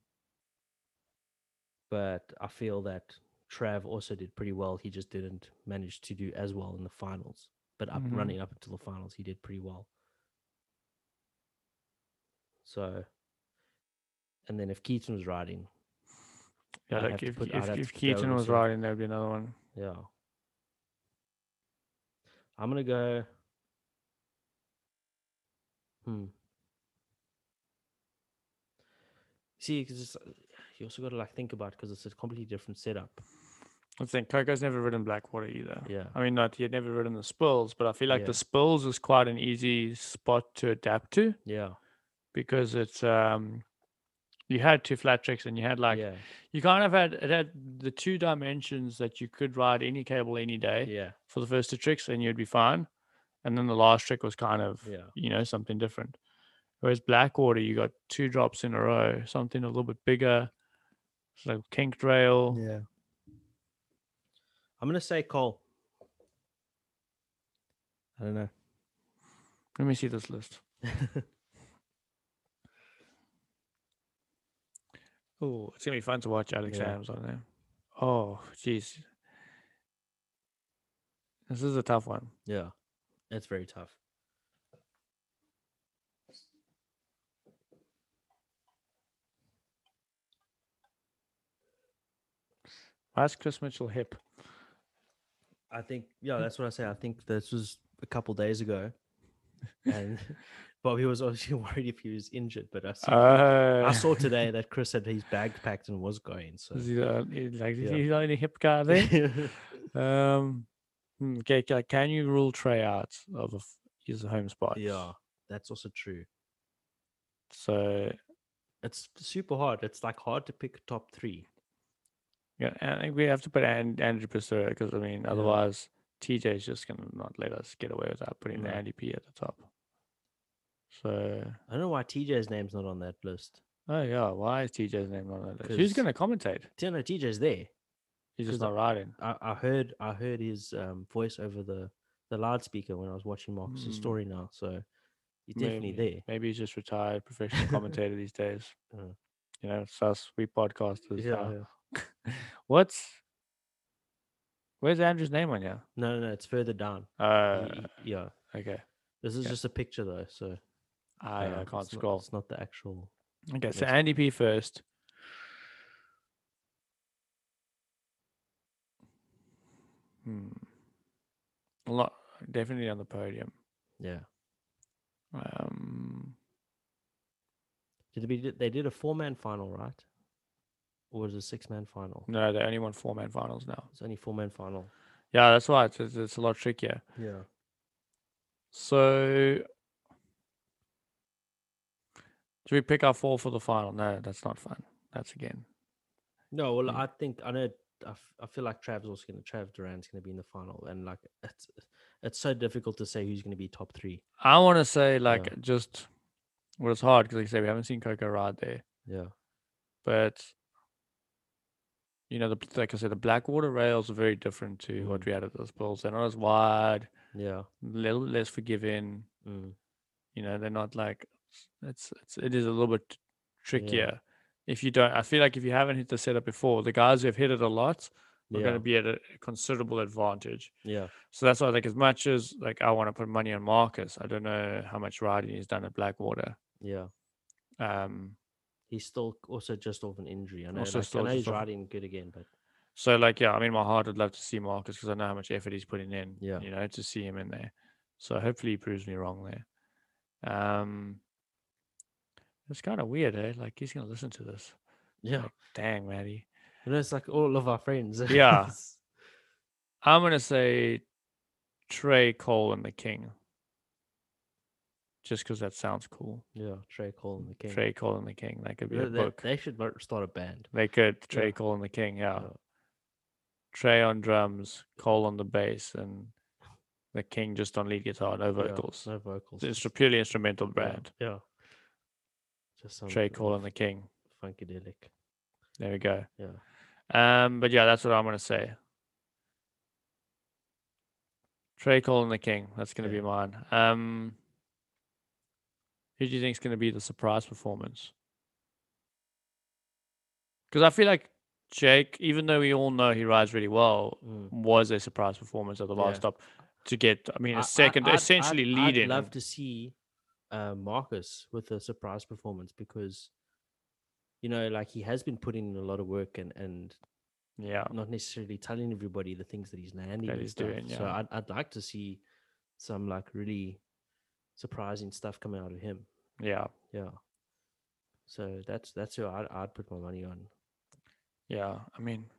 Speaker 3: but I feel that Trav also did pretty well. He just didn't manage to do as well in the finals. But up
Speaker 2: Mhm.
Speaker 3: running up until the finals, he did pretty well. So, and then if Keaton was riding,
Speaker 2: Yeah,
Speaker 3: I'd have
Speaker 2: like
Speaker 3: to
Speaker 2: if
Speaker 3: put- I'd
Speaker 2: if,
Speaker 3: have
Speaker 2: if
Speaker 3: to go
Speaker 2: Keaton
Speaker 3: with
Speaker 2: was
Speaker 3: him.
Speaker 2: riding, there'd be another one.
Speaker 3: yeah, I'm gonna go. Hmm. See, because you also got to like think about because it's a completely different setup.
Speaker 2: I think Coco's never ridden Blackwater either.
Speaker 3: Yeah.
Speaker 2: I mean, not he had never ridden the Spills, but I feel like
Speaker 3: Yeah.
Speaker 2: the Spills is quite an easy spot to adapt to
Speaker 3: Yeah.
Speaker 2: because it's um, you had two flat tricks and you had like
Speaker 3: yeah.
Speaker 2: you kind of had it had the two dimensions that you could ride any cable any day
Speaker 3: Yeah.
Speaker 2: for the first two tricks and you'd be fine, and then the last trick was kind of
Speaker 3: Yeah.
Speaker 2: you know something different. Whereas Blackwater, you got two drops in a row, something a little bit bigger, so kinked rail.
Speaker 3: Yeah. I'm gonna say Cole. I don't know.
Speaker 2: Let me see this list. oh, it's gonna be fun to watch Alex
Speaker 3: Yeah.
Speaker 2: Hams on there. Oh, jeez. This is a tough one.
Speaker 3: Yeah, that's very tough.
Speaker 2: Why is Chris Mitchell hip?
Speaker 3: I think yeah, that's what I say. I think this was a couple days ago, and Bobby was obviously worried if he was injured. But I saw, I
Speaker 2: Uh,
Speaker 3: saw today that Chris had his bag packed and was going. So
Speaker 2: is he the, uh, he- like is
Speaker 3: Yeah.
Speaker 2: he the only hip guy there? um, hmm, okay, ca- can you rule Trey out of a, f- his home spot?
Speaker 3: yeah, that's also true.
Speaker 2: So
Speaker 3: It's super hard. It's like hard to pick top three.
Speaker 2: Yeah, and I think we have to put and, Andrew Pistera because I mean,
Speaker 3: Yeah.
Speaker 2: otherwise TJ's just gonna not let us get away without putting the
Speaker 3: No.
Speaker 2: Andy P at the top. So,
Speaker 3: I don't know why TJ's name's not on that list.
Speaker 2: oh yeah, why is TJ's name not on that list? Who's
Speaker 3: 'Cause-
Speaker 2: gonna commentate?
Speaker 3: Yeah, no, TJ's there.
Speaker 2: He's just
Speaker 3: 'cause I-
Speaker 2: not riding.
Speaker 3: I, I heard I heard his um, voice over the the loudspeaker when I was watching Marcus's
Speaker 2: Mm.
Speaker 3: story now. So he's definitely
Speaker 2: maybe,
Speaker 3: there.
Speaker 2: Maybe he's just retired professional commentator these days.
Speaker 3: Uh.
Speaker 2: You know, it's us, we podcasters.
Speaker 3: Yeah,
Speaker 2: now.
Speaker 3: yeah.
Speaker 2: What's where's Andrew's name on here?
Speaker 3: No, no, no, it's further down. He-
Speaker 2: Uh,
Speaker 3: he- yeah,
Speaker 2: okay.
Speaker 3: this is
Speaker 2: yeah.
Speaker 3: just a picture though, so
Speaker 2: I,
Speaker 3: uh,
Speaker 2: I can't
Speaker 3: it's not-
Speaker 2: scroll.
Speaker 3: it's not the actual.
Speaker 2: Okay, so
Speaker 3: Let's-
Speaker 2: Andy P first. Hmm. A lot, definitely on the podium.
Speaker 3: Yeah,
Speaker 2: Um,
Speaker 3: did they, they did a four man final, right? Or was it a six man final?
Speaker 2: no, they only won four man finals now.
Speaker 3: It's only four man final.
Speaker 2: Yeah, that's why it's, it's, it's a lot trickier.
Speaker 3: Yeah,
Speaker 2: So, do we pick our four for the final? No, that's not fun. That's again.
Speaker 3: No, well,
Speaker 2: Yeah.
Speaker 3: I think I know. I, f- I feel like Trav's also going to Trav Duran's going to be in the final, and like it's it's so difficult to say who's going to be top three.
Speaker 2: I want to say like
Speaker 3: Yeah.
Speaker 2: just well, it's hard because like I say we haven't seen Coco ride there.
Speaker 3: Yeah,
Speaker 2: but you know, the, like I said, the Blackwater rails are very different to what
Speaker 3: Mm.
Speaker 2: we had at those bulls. They're not as wide,
Speaker 3: yeah,
Speaker 2: little less forgiving.
Speaker 3: mm,
Speaker 2: You know, they're not like it's it's it is a little bit trickier. If you don't, I feel like if you haven't hit the setup before, the guys who've hit it a lot are going
Speaker 3: yeah,
Speaker 2: to be at a considerable advantage.
Speaker 3: yeah,
Speaker 2: So that's why, like, as much as like I want to put money on Marcus, I don't know how much riding he's done at Blackwater.
Speaker 3: yeah.
Speaker 2: Um,
Speaker 3: He's still also just off an injury. I know,
Speaker 2: Also
Speaker 3: like, I
Speaker 2: still
Speaker 3: know
Speaker 2: just
Speaker 3: he's
Speaker 2: off-
Speaker 3: riding good again, but
Speaker 2: So like yeah, I mean my heart would love to see Marcus because I know how much effort he's putting in.
Speaker 3: Yeah.
Speaker 2: You know, to see him in there. So hopefully he proves me wrong there. Um it's kind of weird, eh? Like he's gonna listen to this.
Speaker 3: yeah,
Speaker 2: Like, dang, Maddie.
Speaker 3: you know, it's like all of our friends.
Speaker 2: Yeah.
Speaker 3: It's-
Speaker 2: I'm gonna say Trey Cole and the King. Just because that sounds cool.
Speaker 3: yeah, Trey Cole and the King.
Speaker 2: Trey Cole and the King. That could be
Speaker 3: You know,
Speaker 2: a
Speaker 3: they,
Speaker 2: book.
Speaker 3: they should mo- start a band.
Speaker 2: They could
Speaker 3: Yeah.
Speaker 2: Trey Cole and the King, yeah.
Speaker 3: Yeah.
Speaker 2: Trey on drums, Cole on the bass, and the King just on lead guitar, no
Speaker 3: Yeah,
Speaker 2: vocals.
Speaker 3: no vocals.
Speaker 2: It's just a
Speaker 3: just-
Speaker 2: purely instrumental
Speaker 3: yeah,
Speaker 2: brand.
Speaker 3: Yeah. Just some
Speaker 2: Trey
Speaker 3: sort
Speaker 2: Cole
Speaker 3: of
Speaker 2: and the King.
Speaker 3: funkadelic.
Speaker 2: There we go.
Speaker 3: Yeah.
Speaker 2: Um, but yeah, that's what I'm gonna say. Trey Cole and the King. That's gonna
Speaker 3: Okay.
Speaker 2: be mine. Um, who do you think's gonna be the surprise performance? Because I feel like Jake, even though we all know he rides really well,
Speaker 3: Mm.
Speaker 2: was a surprise performance at the last
Speaker 3: Yeah.
Speaker 2: stop to get. I mean, a
Speaker 3: I- I-
Speaker 2: 2nd
Speaker 3: I'd- I'd-
Speaker 2: essentially
Speaker 3: I'd
Speaker 2: leading.
Speaker 3: love to see uh, Marcus with a surprise performance because, you know, like he has been putting in a lot of work and and
Speaker 2: yeah,
Speaker 3: not necessarily telling everybody the things that he's landing and
Speaker 2: he's
Speaker 3: stuff.
Speaker 2: doing,
Speaker 3: So
Speaker 2: yeah.
Speaker 3: I'd I'd like to see some like really surprising stuff coming out of him.
Speaker 2: yeah,
Speaker 3: Yeah. So that's that's who I'd, I'd put my money on.
Speaker 2: yeah. I mean,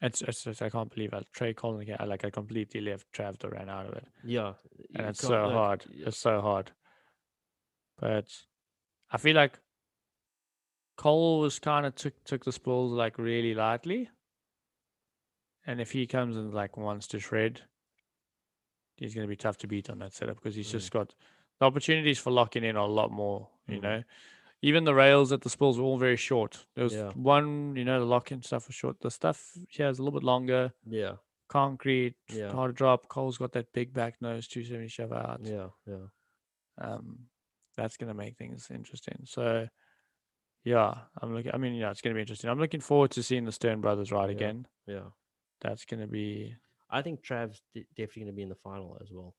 Speaker 2: it's, it's just I can't believe that Trey Cole and the King. I, Like I completely left Trav to ran out of it.
Speaker 3: Yeah,
Speaker 2: and
Speaker 3: you
Speaker 2: it's
Speaker 3: can't-
Speaker 2: so
Speaker 3: like,
Speaker 2: hard.
Speaker 3: yeah,
Speaker 2: It's so hard. But I feel like Cole was kind of took took the spoils like really lightly, and if he comes and like wants to shred, he's going to be tough to beat on that setup because he's just got the opportunities for locking in are a lot more. You
Speaker 3: Mm.
Speaker 2: know, even the rails at the spills were all very short. There was
Speaker 3: Yeah.
Speaker 2: one, you know, the lock in stuff was short. The stuff here is a little bit longer.
Speaker 3: yeah,
Speaker 2: Concrete,
Speaker 3: Yeah.
Speaker 2: hard drop. Cole's got that big back nose, 270 shove out
Speaker 3: yeah, yeah.
Speaker 2: um, that's going to make things interesting. So, yeah, I'm looking. I mean, yeah, it's going to be interesting. I'm looking forward to seeing the Stern brothers ride
Speaker 3: Yeah.
Speaker 2: again.
Speaker 3: Yeah,
Speaker 2: That's going to be.
Speaker 3: I think Trav's de- definitely going to be in the final as well.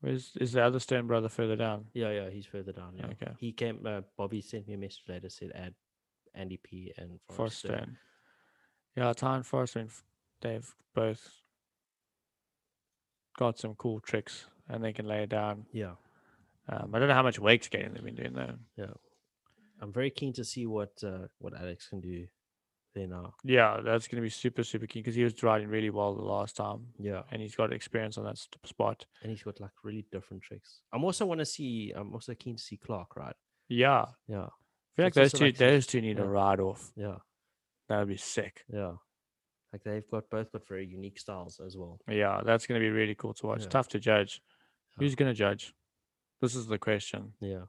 Speaker 2: Where's is the other Stern brother further down?
Speaker 3: Yeah, yeah, he's further down. Yeah.
Speaker 2: Okay.
Speaker 3: He came. Uh, Bobby sent me a message later said add Andy P and
Speaker 2: Forrest
Speaker 3: Forrest Stern.
Speaker 2: Stern. Yeah, Ty and Forrest, I mean, f- they've both got some cool tricks, and they can lay it down.
Speaker 3: Yeah,
Speaker 2: Um, I don't know how much wake skating they've been doing though.
Speaker 3: I'm very keen to see what uh, what Alex can do uh, there now.
Speaker 2: Yeah, that's going to be super super keen because he was riding really well the last time,
Speaker 3: Yeah,
Speaker 2: and he's got experience on that s- spot.
Speaker 3: and he's got like really different tricks. I'm also want to see. I'm also keen to see Clark. Right.
Speaker 2: Yeah,
Speaker 3: Yeah.
Speaker 2: I feel
Speaker 3: So
Speaker 2: like
Speaker 3: it's
Speaker 2: those
Speaker 3: also
Speaker 2: two,
Speaker 3: like some-
Speaker 2: those two need a
Speaker 3: yeah.
Speaker 2: ride off.
Speaker 3: Yeah.
Speaker 2: That would be sick.
Speaker 3: Yeah. Like they've got both got very unique styles as well.
Speaker 2: Yeah, that's going to be really cool to watch.
Speaker 3: Yeah.
Speaker 2: Tough to judge.
Speaker 3: Yeah.
Speaker 2: Who's going to judge? This is the question.
Speaker 3: Yeah.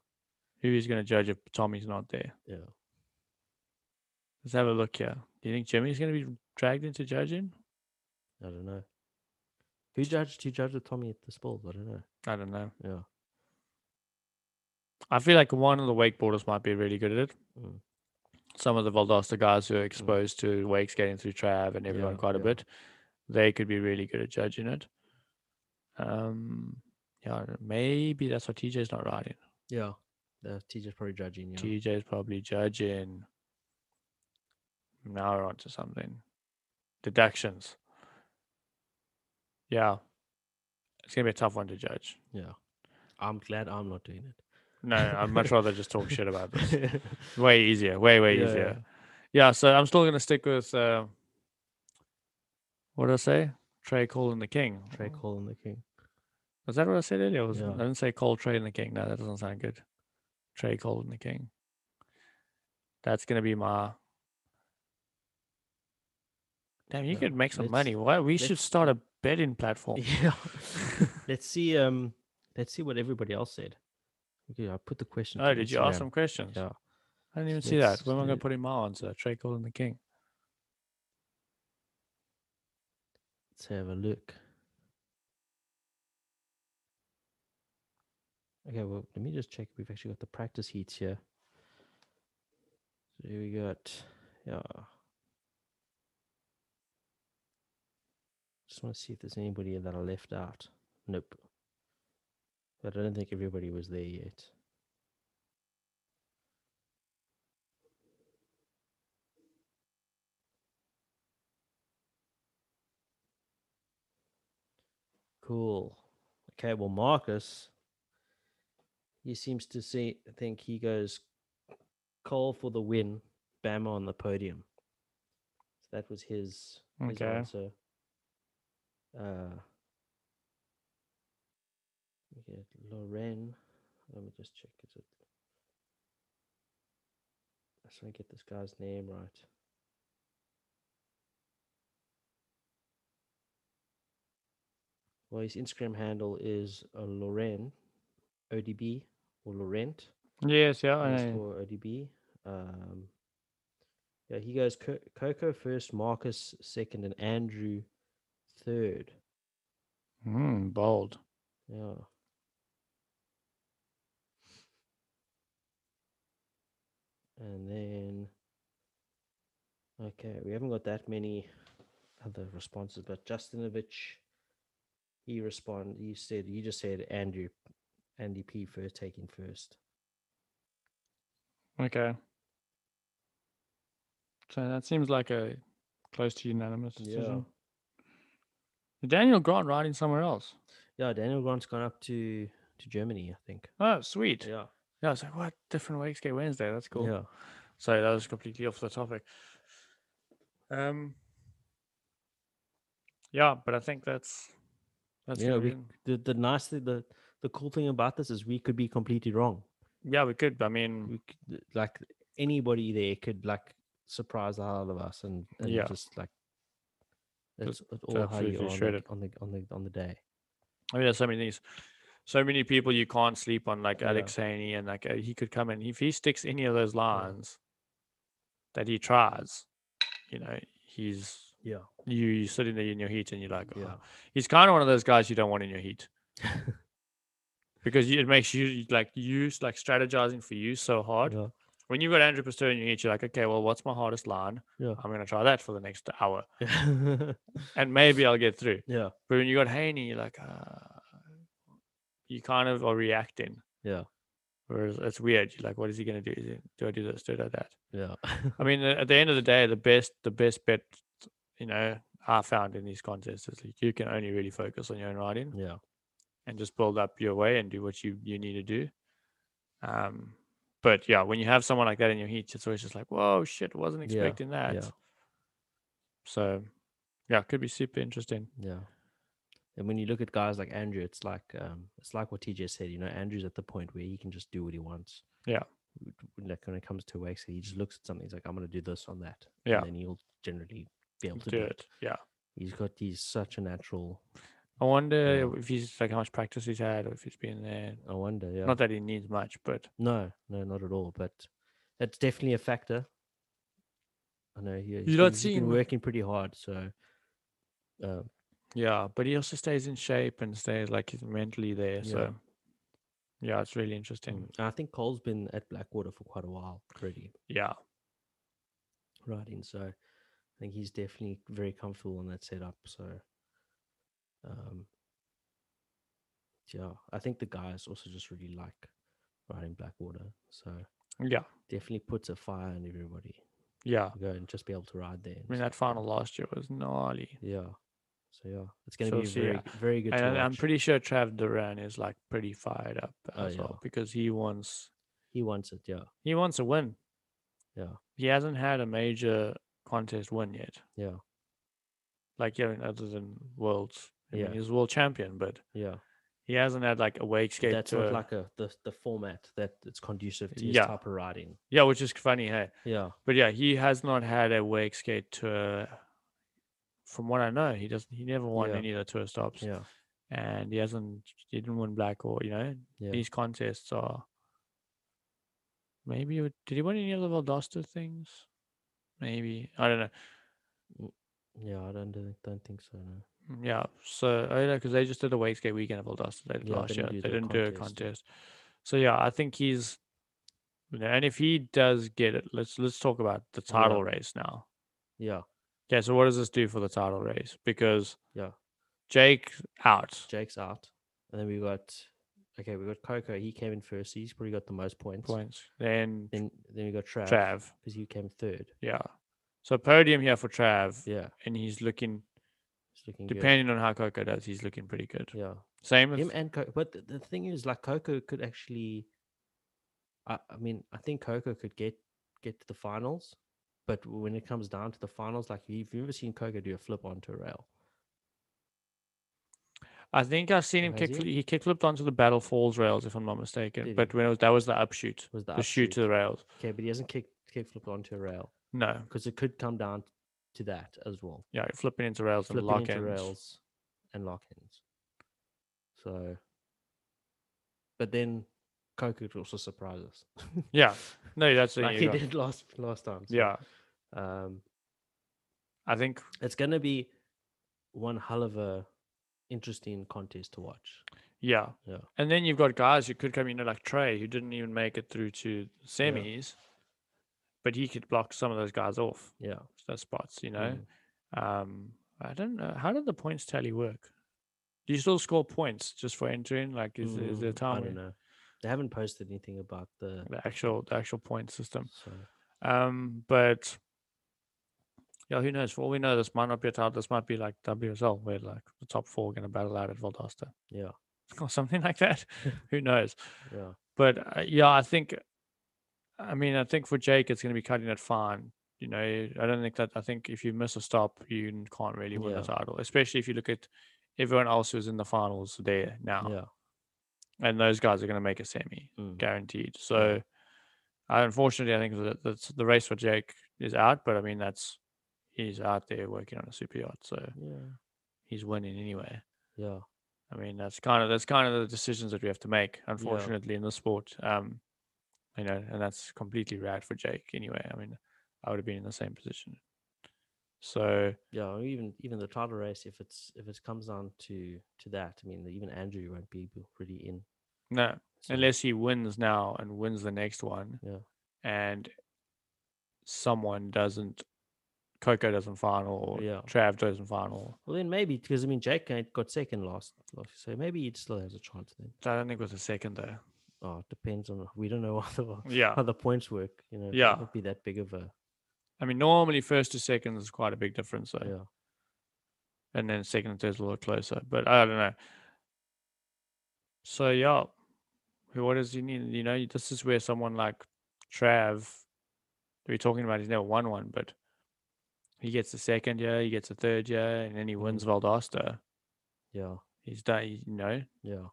Speaker 2: Who is going to judge if Tommy's not there?
Speaker 3: Yeah.
Speaker 2: Let's have a look here. Do you think Jimmy's going to be dragged into judging?
Speaker 3: I don't know. Who judged? Who judged with Tommy at the Spills? I don't know.
Speaker 2: I don't know.
Speaker 3: Yeah.
Speaker 2: I feel like one of the wakeboarders might be really good at it.
Speaker 3: Mm.
Speaker 2: Some of the Valdosta guys who are exposed to wakes getting through Trav and everyone
Speaker 3: Yeah,
Speaker 2: quite a
Speaker 3: yeah.
Speaker 2: bit, they could be really good at judging it. Um, yeah, maybe that's why TJ's not riding.
Speaker 3: Yeah. The teacher's probably judging. Yeah.
Speaker 2: TJ's probably judging. Now we're onto something. Deductions. Yeah. It's gonna be a tough one to judge.
Speaker 3: yeah. I'm glad I'm not doing
Speaker 2: No, I'd much rather just talk shit about this.
Speaker 3: it.
Speaker 2: Way easier. Way, way easier. Yeah, so I'm still gonna stick with uh what did I say? Trey Cole and the King.
Speaker 3: Trey Cole and the King.
Speaker 2: Was that what I said earlier? Was
Speaker 3: Yeah.
Speaker 2: I didn't say Cole Trey and the King. No, that doesn't sound good. Trey Cole and the King. That's gonna be my. Damn, you
Speaker 3: Yeah,
Speaker 2: could make some
Speaker 3: let's-
Speaker 2: money. Why we should
Speaker 3: let's-
Speaker 2: start a betting platform?
Speaker 3: Yeah. let's see. Um. Let's see what everybody else said. Okay, I put the question.
Speaker 2: Oh,
Speaker 3: to
Speaker 2: did you ask
Speaker 3: Instagram.
Speaker 2: some questions?
Speaker 3: Yeah.
Speaker 2: I didn't even
Speaker 3: So
Speaker 2: see that.
Speaker 3: let's
Speaker 2: When am I
Speaker 3: do
Speaker 2: gonna
Speaker 3: it.
Speaker 2: put in my answer? Trey Cole and the King.
Speaker 3: Let's have a look. Okay, well, let me just check. We've actually got the practice heats here. So here we got, yeah. Just want to see if there's anybody that I left out. Nope. But I don't think everybody was there yet. Cool. Okay, well, Marcus, he seems to see, I think he goes Cole for the win, Bama on the podium. So that was his, his
Speaker 2: Okay.
Speaker 3: answer. Uh, we get Loren. Let me just check. Is it? I just want to get this guy's name right. Well, his Instagram handle is uh, Loren ODB or Laurent
Speaker 2: Yes, yeah, I know.
Speaker 3: underscore ODB. Um, yeah, he goes Co- Coco first, Marcus second, and Andrew third.
Speaker 2: Mm, bold.
Speaker 3: Yeah. And then, okay, we haven't got that many other responses, but Justinovich, he respond. You said you just said Andrew, Andy P first taking first.
Speaker 2: Okay. So that seems like a close to unanimous
Speaker 3: Yeah.
Speaker 2: decision. Daniel Grant riding somewhere else.
Speaker 3: Yeah, Daniel Grant's gone up to to Germany, I think.
Speaker 2: Oh, sweet. Yeah,
Speaker 3: Yeah,
Speaker 2: I was like, what? Different weeks get Wednesday. That's cool.
Speaker 3: yeah.
Speaker 2: Sorry, that was completely off the topic. Um. Yeah, but I think that's that's
Speaker 3: Yeah,
Speaker 2: gonna
Speaker 3: we-
Speaker 2: be it.
Speaker 3: The the nice thing, the the cool thing about this is we could be completely wrong.
Speaker 2: yeah we could. I mean,
Speaker 3: We could, like anybody there could like surprise the hell out of us, and, and
Speaker 2: Yeah.
Speaker 3: just like it's,
Speaker 2: Just
Speaker 3: it's all how you
Speaker 2: absolutely
Speaker 3: are on
Speaker 2: shred
Speaker 3: the,
Speaker 2: it.
Speaker 3: on the on the on the day.
Speaker 2: I mean, there's so many things. So many people you can't sleep on, like
Speaker 3: Yeah.
Speaker 2: Alex Haney, and like uh, he could come in. If he sticks any of those lines that he tries, you know, he's
Speaker 3: Yeah,
Speaker 2: you you sitting there in your heat, and you're like,
Speaker 3: yeah,
Speaker 2: "Oh." he's kind of one of those guys you don't want in your heat because you, it makes you you, like you like strategizing for you so hard.
Speaker 3: yeah,
Speaker 2: When you've got Andrew Pasteur in your heat, you're like, okay, well, what's my hardest line?
Speaker 3: Yeah.
Speaker 2: I'm gonna try that for the next hour,
Speaker 3: yeah,
Speaker 2: and maybe I'll get through.
Speaker 3: yeah,
Speaker 2: But when you got Haney, you're like, uh, you kind of are reacting.
Speaker 3: yeah,
Speaker 2: Whereas it's weird. You're like, what is he going to do? Is it, do I do this? Do I do that?
Speaker 3: yeah,
Speaker 2: I mean, uh, at the end of the day, the best, the best bet, you know, I found in these contests is like you can only really focus on your own riding
Speaker 3: yeah,
Speaker 2: and just build up your way and do what you you need to do. Um, but yeah, when you have someone like that in your heat, it's always just like, whoa, shit, wasn't
Speaker 3: Yeah,
Speaker 2: expecting that.
Speaker 3: yeah.
Speaker 2: So, yeah, could be super interesting.
Speaker 3: yeah. And when you look at guys like Andrew, it's like um, it's like what TJ said. You know, Andrew's at the point where he can just do what he wants.
Speaker 2: Yeah.
Speaker 3: W- w- Like when it comes to wakes, he just looks at something. He's like, "I'm going to do this on that."
Speaker 2: Yeah.
Speaker 3: And then he'll generally be able to
Speaker 2: Do it. Yeah.
Speaker 3: He's got he's such a natural.
Speaker 2: I wonder if he's like how much practice he's had or if he's been there.
Speaker 3: I wonder. Yeah.
Speaker 2: Not that he needs much, but
Speaker 3: no, no, not at all. But that's definitely a factor. I know he, he's
Speaker 2: You're not
Speaker 3: been, he's
Speaker 2: seeing-
Speaker 3: been working pretty hard. So. Uh,
Speaker 2: Yeah, but he also stays in shape and stays like he's mentally there.
Speaker 3: Yeah.
Speaker 2: So yeah, it's really interesting.
Speaker 3: mm, I think Cole's been at Blackwater for quite a while already.
Speaker 2: Yeah.
Speaker 3: riding. So I think he's definitely very comfortable in that setup. So um yeah, I think the guys also just really like riding Blackwater. So
Speaker 2: Yeah.
Speaker 3: definitely puts a fire on everybody.
Speaker 2: Yeah.
Speaker 3: to Go and just be able to ride there. and
Speaker 2: I mean
Speaker 3: stuff.
Speaker 2: that final last year was gnarly.
Speaker 3: yeah. So yeah, it's gonna
Speaker 2: So
Speaker 3: be
Speaker 2: see,
Speaker 3: very
Speaker 2: uh,
Speaker 3: very good.
Speaker 2: And
Speaker 3: to
Speaker 2: I- I'm
Speaker 3: watch.
Speaker 2: pretty sure Trav Duran is like pretty fired up
Speaker 3: Oh,
Speaker 2: as
Speaker 3: yeah.
Speaker 2: well because he wants
Speaker 3: he wants it, yeah.
Speaker 2: he wants a win.
Speaker 3: Yeah.
Speaker 2: He hasn't had a major contest win yet.
Speaker 3: Yeah,
Speaker 2: Like yeah, other than worlds. I
Speaker 3: Yeah.
Speaker 2: mean, he's world champion, but
Speaker 3: yeah.
Speaker 2: he hasn't had like a wake skate.
Speaker 3: That's not
Speaker 2: tour.
Speaker 3: like a the, the format that it's conducive to his
Speaker 2: Yeah.
Speaker 3: type of riding.
Speaker 2: yeah, which is funny, hey.
Speaker 3: Yeah,
Speaker 2: But yeah, he has not had a wake skate tour. From what I know, he doesn't. He never won
Speaker 3: Yeah.
Speaker 2: any of the tour stops,
Speaker 3: yeah,
Speaker 2: and he hasn't. He didn't win black or you know
Speaker 3: yeah.
Speaker 2: these contests are. Maybe he would- did he win any of the Valdosta things? Maybe I don't know.
Speaker 3: yeah, I don't think- don't think so, no.
Speaker 2: Mm, Yeah, so I know because they just did a wake skate weekend at Valdosta they did
Speaker 3: Yeah,
Speaker 2: last
Speaker 3: they
Speaker 2: year.
Speaker 3: didn't do
Speaker 2: They
Speaker 3: the
Speaker 2: didn't do a contest.
Speaker 3: contest.
Speaker 2: So yeah, I think he's. you know, And if he does get it, let's let's talk about the title race now.
Speaker 3: Yeah,
Speaker 2: Yeah, so what does this do for the title race? Because
Speaker 3: Yeah.
Speaker 2: Jake out.
Speaker 3: Jake's out, and then we got okay, we got Coco. He came in first. He's probably got the most points.
Speaker 2: Points. Then
Speaker 3: Then then we got Trav
Speaker 2: Trav.
Speaker 3: because he came third.
Speaker 2: Yeah. So podium here for Trav,
Speaker 3: Yeah,
Speaker 2: and he's looking
Speaker 3: He's looking
Speaker 2: Depending on how Coco does, he's looking pretty good.
Speaker 3: good. Yeah.
Speaker 2: Same with
Speaker 3: Him and Coco. But the, the thing is, like Coco could actually. I, I mean, I think Coco could get get to the finals, but when it comes down to the finals, like if you've ever seen Coco do a flip onto a rail,
Speaker 2: I think I've seen him
Speaker 3: Oh, Has
Speaker 2: kick.
Speaker 3: he?
Speaker 2: He, he kick flipped onto the Battle Falls rails, if I'm not mistaken.
Speaker 3: Did he?
Speaker 2: but when it was that was the upshoot,
Speaker 3: was the,
Speaker 2: the shoot to the rails.
Speaker 3: Okay, but he hasn't kicked kick flipped onto a rail
Speaker 2: No,
Speaker 3: because it could come down to that as well.
Speaker 2: yeah, flipping into rails and
Speaker 3: Flipping
Speaker 2: lock
Speaker 3: into
Speaker 2: ends.
Speaker 3: rails and lock ins. So, but then Coco could also surprise us.
Speaker 2: Yeah, no, that's the
Speaker 3: like he did last last time. so,
Speaker 2: Yeah,
Speaker 3: Um,
Speaker 2: I think
Speaker 3: it's gonna be one hell of a interesting contest to watch.
Speaker 2: yeah.
Speaker 3: Yeah.
Speaker 2: And then you've got guys who could come in like Trey, who didn't even make it through to semis, but he could block some of those guys off
Speaker 3: Yeah. mm,
Speaker 2: those spots. You know, um, I don't know how did the points tally work. Do you still score points just for entering? Like, is, is there a
Speaker 3: Mm,
Speaker 2: time?
Speaker 3: I don't
Speaker 2: when-
Speaker 3: know. They haven't posted anything about the.
Speaker 2: The actual the actual point system.
Speaker 3: So,
Speaker 2: Um, but yeah, who knows? For all we know, this might not be a title. This might be like WSL, where like the top four are going to battle out at Valdosta
Speaker 3: yeah,
Speaker 2: or something like that. who knows?
Speaker 3: yeah,
Speaker 2: But uh, yeah, I think. I mean, I think for Jake, it's going to be cutting it fine. You know, I don't think that. I think if you miss a stop, you n- can't really win
Speaker 3: Yeah.
Speaker 2: the title, especially if you look at everyone else who's in the finals there now,
Speaker 3: yeah.
Speaker 2: and those guys are going to make a semi
Speaker 3: mm,
Speaker 2: guaranteed. So, I unfortunately, I think that that's, the race for Jake is out. But I mean, that's he's out there working on a super yacht, so
Speaker 3: Yeah,
Speaker 2: he's winning anyway.
Speaker 3: yeah.
Speaker 2: I mean, that's kind of that's kind of the decisions that we have to make, unfortunately, in the sport. Um, you know, and that's completely rad for Jake anyway. I mean, I would have been in the same position. So
Speaker 3: yeah or even even the title race if it's if it comes down to to that i mean even andrew won't be b- really in
Speaker 2: no,
Speaker 3: so,
Speaker 2: unless he wins now and wins the next one,
Speaker 3: Yeah.
Speaker 2: and someone doesn't, Coco doesn't final, or
Speaker 3: Yeah.
Speaker 2: Trav doesn't final.
Speaker 3: well then maybe because i mean jake ain't got second last, last so maybe he still has a chance then
Speaker 2: I don't think it was a second though.
Speaker 3: oh it depends on we don't know how the,
Speaker 2: Yeah,
Speaker 3: how the points work you know
Speaker 2: Yeah.
Speaker 3: it would be that big of a
Speaker 2: I mean normally first to second is quite a big difference, so,
Speaker 3: yeah
Speaker 2: and then second and third is a lot closer. But I don't know. So yeah, who- what does he need? You know, this is where someone like Trav, we're talking about, he's never won one, but he gets the second year, he gets the third year, and
Speaker 3: Mm-hmm.
Speaker 2: then he wins Valdosta.
Speaker 3: yeah
Speaker 2: He's done. You know,
Speaker 3: yeah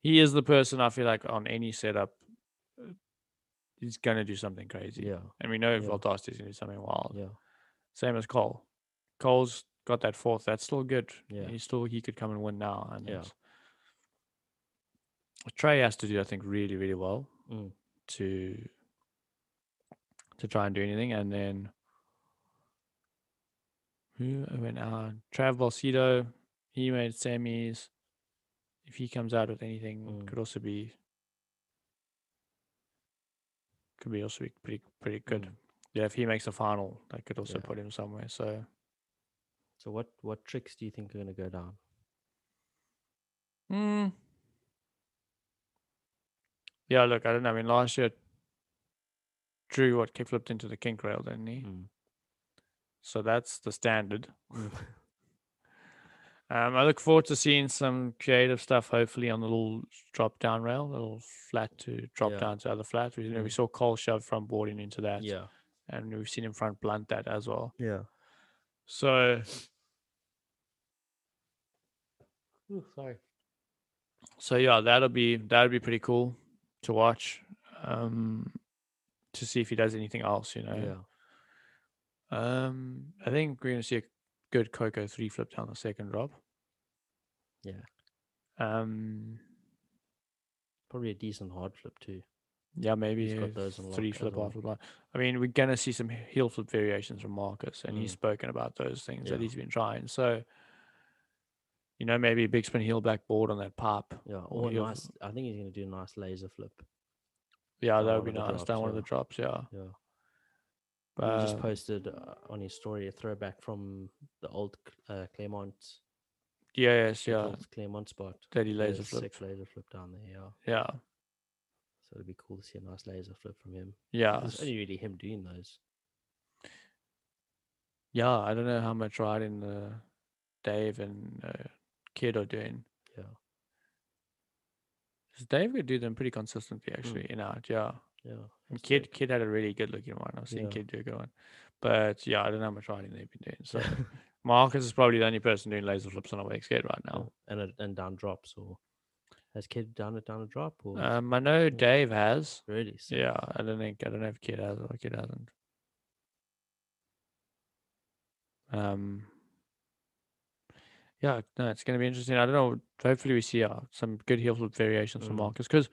Speaker 2: he is the person I feel like on any setup, uh, he's gonna do something crazy.
Speaker 3: yeah
Speaker 2: And we know
Speaker 3: Yeah.
Speaker 2: Valdosta is gonna do something wild.
Speaker 3: yeah
Speaker 2: Same as Cole. Cole's got that fourth. That's still good.
Speaker 3: Yeah.
Speaker 2: He still he could come and win now. And
Speaker 3: Yeah.
Speaker 2: it's- Trey has to do, I think, really, really well
Speaker 3: Mm.
Speaker 2: to to try and do anything. And then who I mean uh Trav Balsito, he made semis. If he comes out with anything,
Speaker 3: Mm.
Speaker 2: could also be could be also be pretty pretty good.
Speaker 3: Mm.
Speaker 2: Yeah, if he makes a final, that could also
Speaker 3: Yeah.
Speaker 2: put him somewhere. So
Speaker 3: so what what tricks do you think are going to go down
Speaker 2: mm. yeah, look, I don't know. I mean, last year Drew what kickflipped into the kink rail, didn't he?
Speaker 3: Mm,
Speaker 2: So that's the standard.
Speaker 3: mm,
Speaker 2: Um, I look forward to seeing some creative stuff, hopefully on the little drop down rail, the little flat to drop
Speaker 3: Yeah.
Speaker 2: down to other flat. We, you know, we
Speaker 3: Mm.
Speaker 2: saw Cole shove front boarding into that,
Speaker 3: yeah
Speaker 2: and we've seen him front blunt that as well.
Speaker 3: yeah
Speaker 2: So
Speaker 3: sorry
Speaker 2: so yeah, that'll be that'll be pretty cool to watch. Um to see if he does anything else, you
Speaker 3: yeah
Speaker 2: know. Um I think we're gonna see a good Coco three flip down the second drop.
Speaker 3: Yeah.
Speaker 2: Um
Speaker 3: probably a decent hard flip too
Speaker 2: yeah, maybe
Speaker 3: got
Speaker 2: a
Speaker 3: those on lock
Speaker 2: three
Speaker 3: as
Speaker 2: flip
Speaker 3: well.
Speaker 2: after block. I mean, we're gonna see some he- heel flip variations from Marcus, and he's
Speaker 3: Mm.
Speaker 2: spoken about those things that
Speaker 3: Yeah.
Speaker 2: he's been trying. So, you know, maybe a big spin heel back board on that pop.
Speaker 3: yeah
Speaker 2: Or
Speaker 3: or a
Speaker 2: heel
Speaker 3: nice i think he's going to do a nice laser flip
Speaker 2: Yeah,
Speaker 3: Down
Speaker 2: that
Speaker 3: Oh, one
Speaker 2: would be
Speaker 3: of the
Speaker 2: nice.
Speaker 3: drops,
Speaker 2: Down one of
Speaker 3: yeah.
Speaker 2: the drops, yeah.
Speaker 3: yeah He
Speaker 2: But
Speaker 3: just posted uh, on his story a throwback from the old C- uh, Claremont,
Speaker 2: yeah, yes,
Speaker 3: the
Speaker 2: yeah.
Speaker 3: old Claremont spot.
Speaker 2: Dirty
Speaker 3: He did
Speaker 2: laser
Speaker 3: a
Speaker 2: flip.
Speaker 3: Sick laser flip down there, yeah.
Speaker 2: Yeah,
Speaker 3: So it'd be cool to see a nice laser flip from him.
Speaker 2: yeah,
Speaker 3: It's
Speaker 2: s-
Speaker 3: only really him doing those.
Speaker 2: yeah. I don't know how much riding the Dave and uh, Kid are doing.
Speaker 3: Yeah.
Speaker 2: 'Cause Dave could do them pretty consistently,
Speaker 3: Hmm.
Speaker 2: actually, in art. Yeah.
Speaker 3: Yeah.
Speaker 2: And
Speaker 3: So-
Speaker 2: Kid, Kid had a really good looking one. I've seen
Speaker 3: Yeah.
Speaker 2: Kid do a good one. But yeah, I don't know how much riding they've been doing. So Marcus is probably the only person doing laser flips on a wake skate right
Speaker 3: Yeah,
Speaker 2: now.
Speaker 3: and a, and down drops or has kid done it down a drop or
Speaker 2: Um, I know Dave has.
Speaker 3: really sick.
Speaker 2: Yeah, I don't think I don't know if Kid has or Kid hasn't. Um. Yeah, no, it's going to be interesting. I don't know. Hopefully, we see uh, some good heel flip variations from
Speaker 3: Mm.
Speaker 2: Marcus because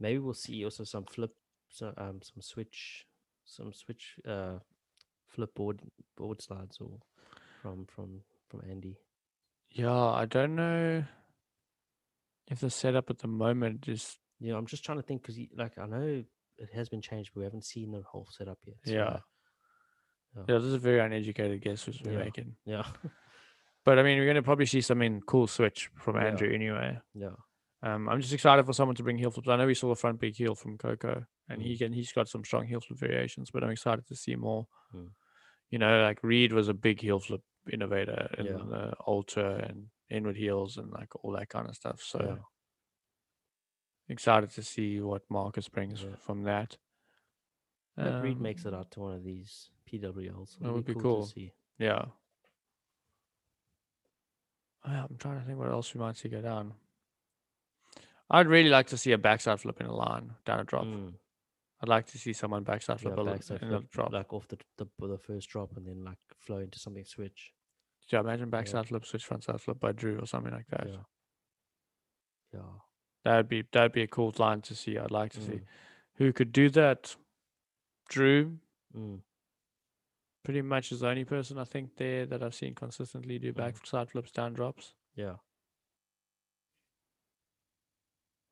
Speaker 3: maybe we'll see also some flip so, um some switch some switch uh flip board board slides or from from from Andy
Speaker 2: yeah, I don't know if the setup at the moment is
Speaker 3: yeah I'm just trying to think because like I know it has been changed but we haven't seen the whole setup yet so,
Speaker 2: Yeah. yeah. This is a very uneducated guess which we're
Speaker 3: Yeah.
Speaker 2: making,
Speaker 3: yeah
Speaker 2: but I mean, we're going to probably see something cool switch from
Speaker 3: Yeah.
Speaker 2: Andrew anyway.
Speaker 3: yeah
Speaker 2: Um, I'm just excited for someone to bring heel flips. I know we saw the front big heel from Coco, and he can he's got some strong heel flip variations. But I'm excited to see more.
Speaker 3: Mm.
Speaker 2: You know, like Reed was a big heel flip innovator in
Speaker 3: Yeah.
Speaker 2: the Ultra and inward heels and like all that kind of stuff. So
Speaker 3: yeah
Speaker 2: excited to see what Marcus brings
Speaker 3: Yeah.
Speaker 2: from that.
Speaker 3: Hope Reed makes it
Speaker 2: Um,
Speaker 3: out to one of these PWLs
Speaker 2: that
Speaker 3: It'll
Speaker 2: would be cool.
Speaker 3: to see
Speaker 2: Yeah. Uh, I'm trying to think what else we might see go down. I'd really like to see a backside flip in a line down a drop.
Speaker 3: Mm,
Speaker 2: I'd like to see someone backside
Speaker 3: yeah,
Speaker 2: flip a
Speaker 3: backside
Speaker 2: backside in a
Speaker 3: flip,
Speaker 2: drop.
Speaker 3: like off the, the the first drop and then like flow into something switch
Speaker 2: yeah, imagine backside flip switch front side flip by Drew or something like that.
Speaker 3: Yeah. Yeah.
Speaker 2: That'd be that'd be a cool line to see. I'd like to see
Speaker 3: Mm.
Speaker 2: who could do that. Drew
Speaker 3: Mm.
Speaker 2: pretty much is the only person I think there that I've seen consistently
Speaker 3: Mm.
Speaker 2: do backside flips down drops.
Speaker 3: Yeah.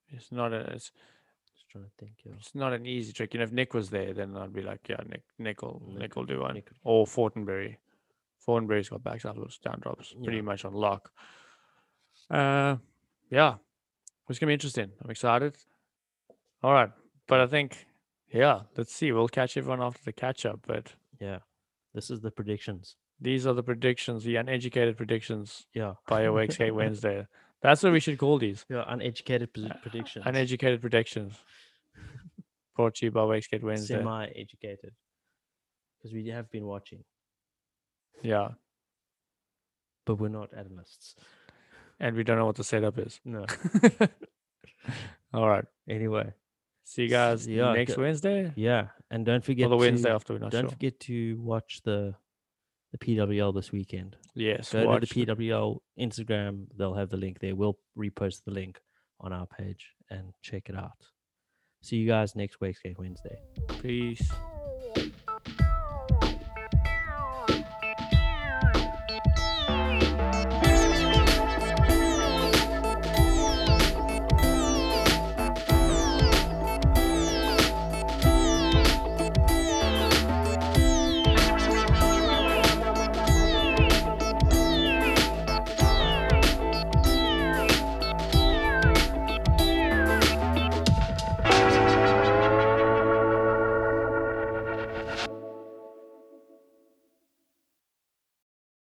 Speaker 2: It's not a it's,
Speaker 3: Just trying to think. Yeah.
Speaker 2: it's not an easy trick. You know, if Nick was there, then I'd be like, yeah, Nick Nick will
Speaker 3: Nick-
Speaker 2: Nick will do one.
Speaker 3: Nick could-
Speaker 2: Or Fortenberry. Fortenberry's got backside flips down drops pretty
Speaker 3: Yeah.
Speaker 2: much on lock. Uh yeah. It's gonna be interesting. I'm excited. All right. But I think yeah, let's see. We'll catch everyone after the catch up, but
Speaker 3: Yeah. This is the predictions.
Speaker 2: these are the predictions, the uneducated predictions
Speaker 3: Yeah.
Speaker 2: by Awake Skate Wednesday. That's what we should call these.
Speaker 3: Yeah. Uneducated
Speaker 2: Uh,
Speaker 3: predi- predictions.
Speaker 2: Uneducated predictions. Brought to you by Awake Skate Wednesday.
Speaker 3: Semi-educated. Because we have been watching,
Speaker 2: Yeah.
Speaker 3: but we're not analysts.
Speaker 2: And we don't know what the setup is.
Speaker 3: No.
Speaker 2: All right.
Speaker 3: anyway.
Speaker 2: See you guys
Speaker 3: Yeah,
Speaker 2: next
Speaker 3: go-
Speaker 2: Wednesday
Speaker 3: Yeah. And don't forget
Speaker 2: or the Wednesday
Speaker 3: to,
Speaker 2: after. We're not
Speaker 3: Don't
Speaker 2: sure.
Speaker 3: forget to watch the the PWL this weekend.
Speaker 2: yes.
Speaker 3: Go
Speaker 2: watch
Speaker 3: to the PWL Instagram. They'll have the link there. We'll repost the link on our page and check it out. See you guys next week, Wednesday.
Speaker 2: Peace.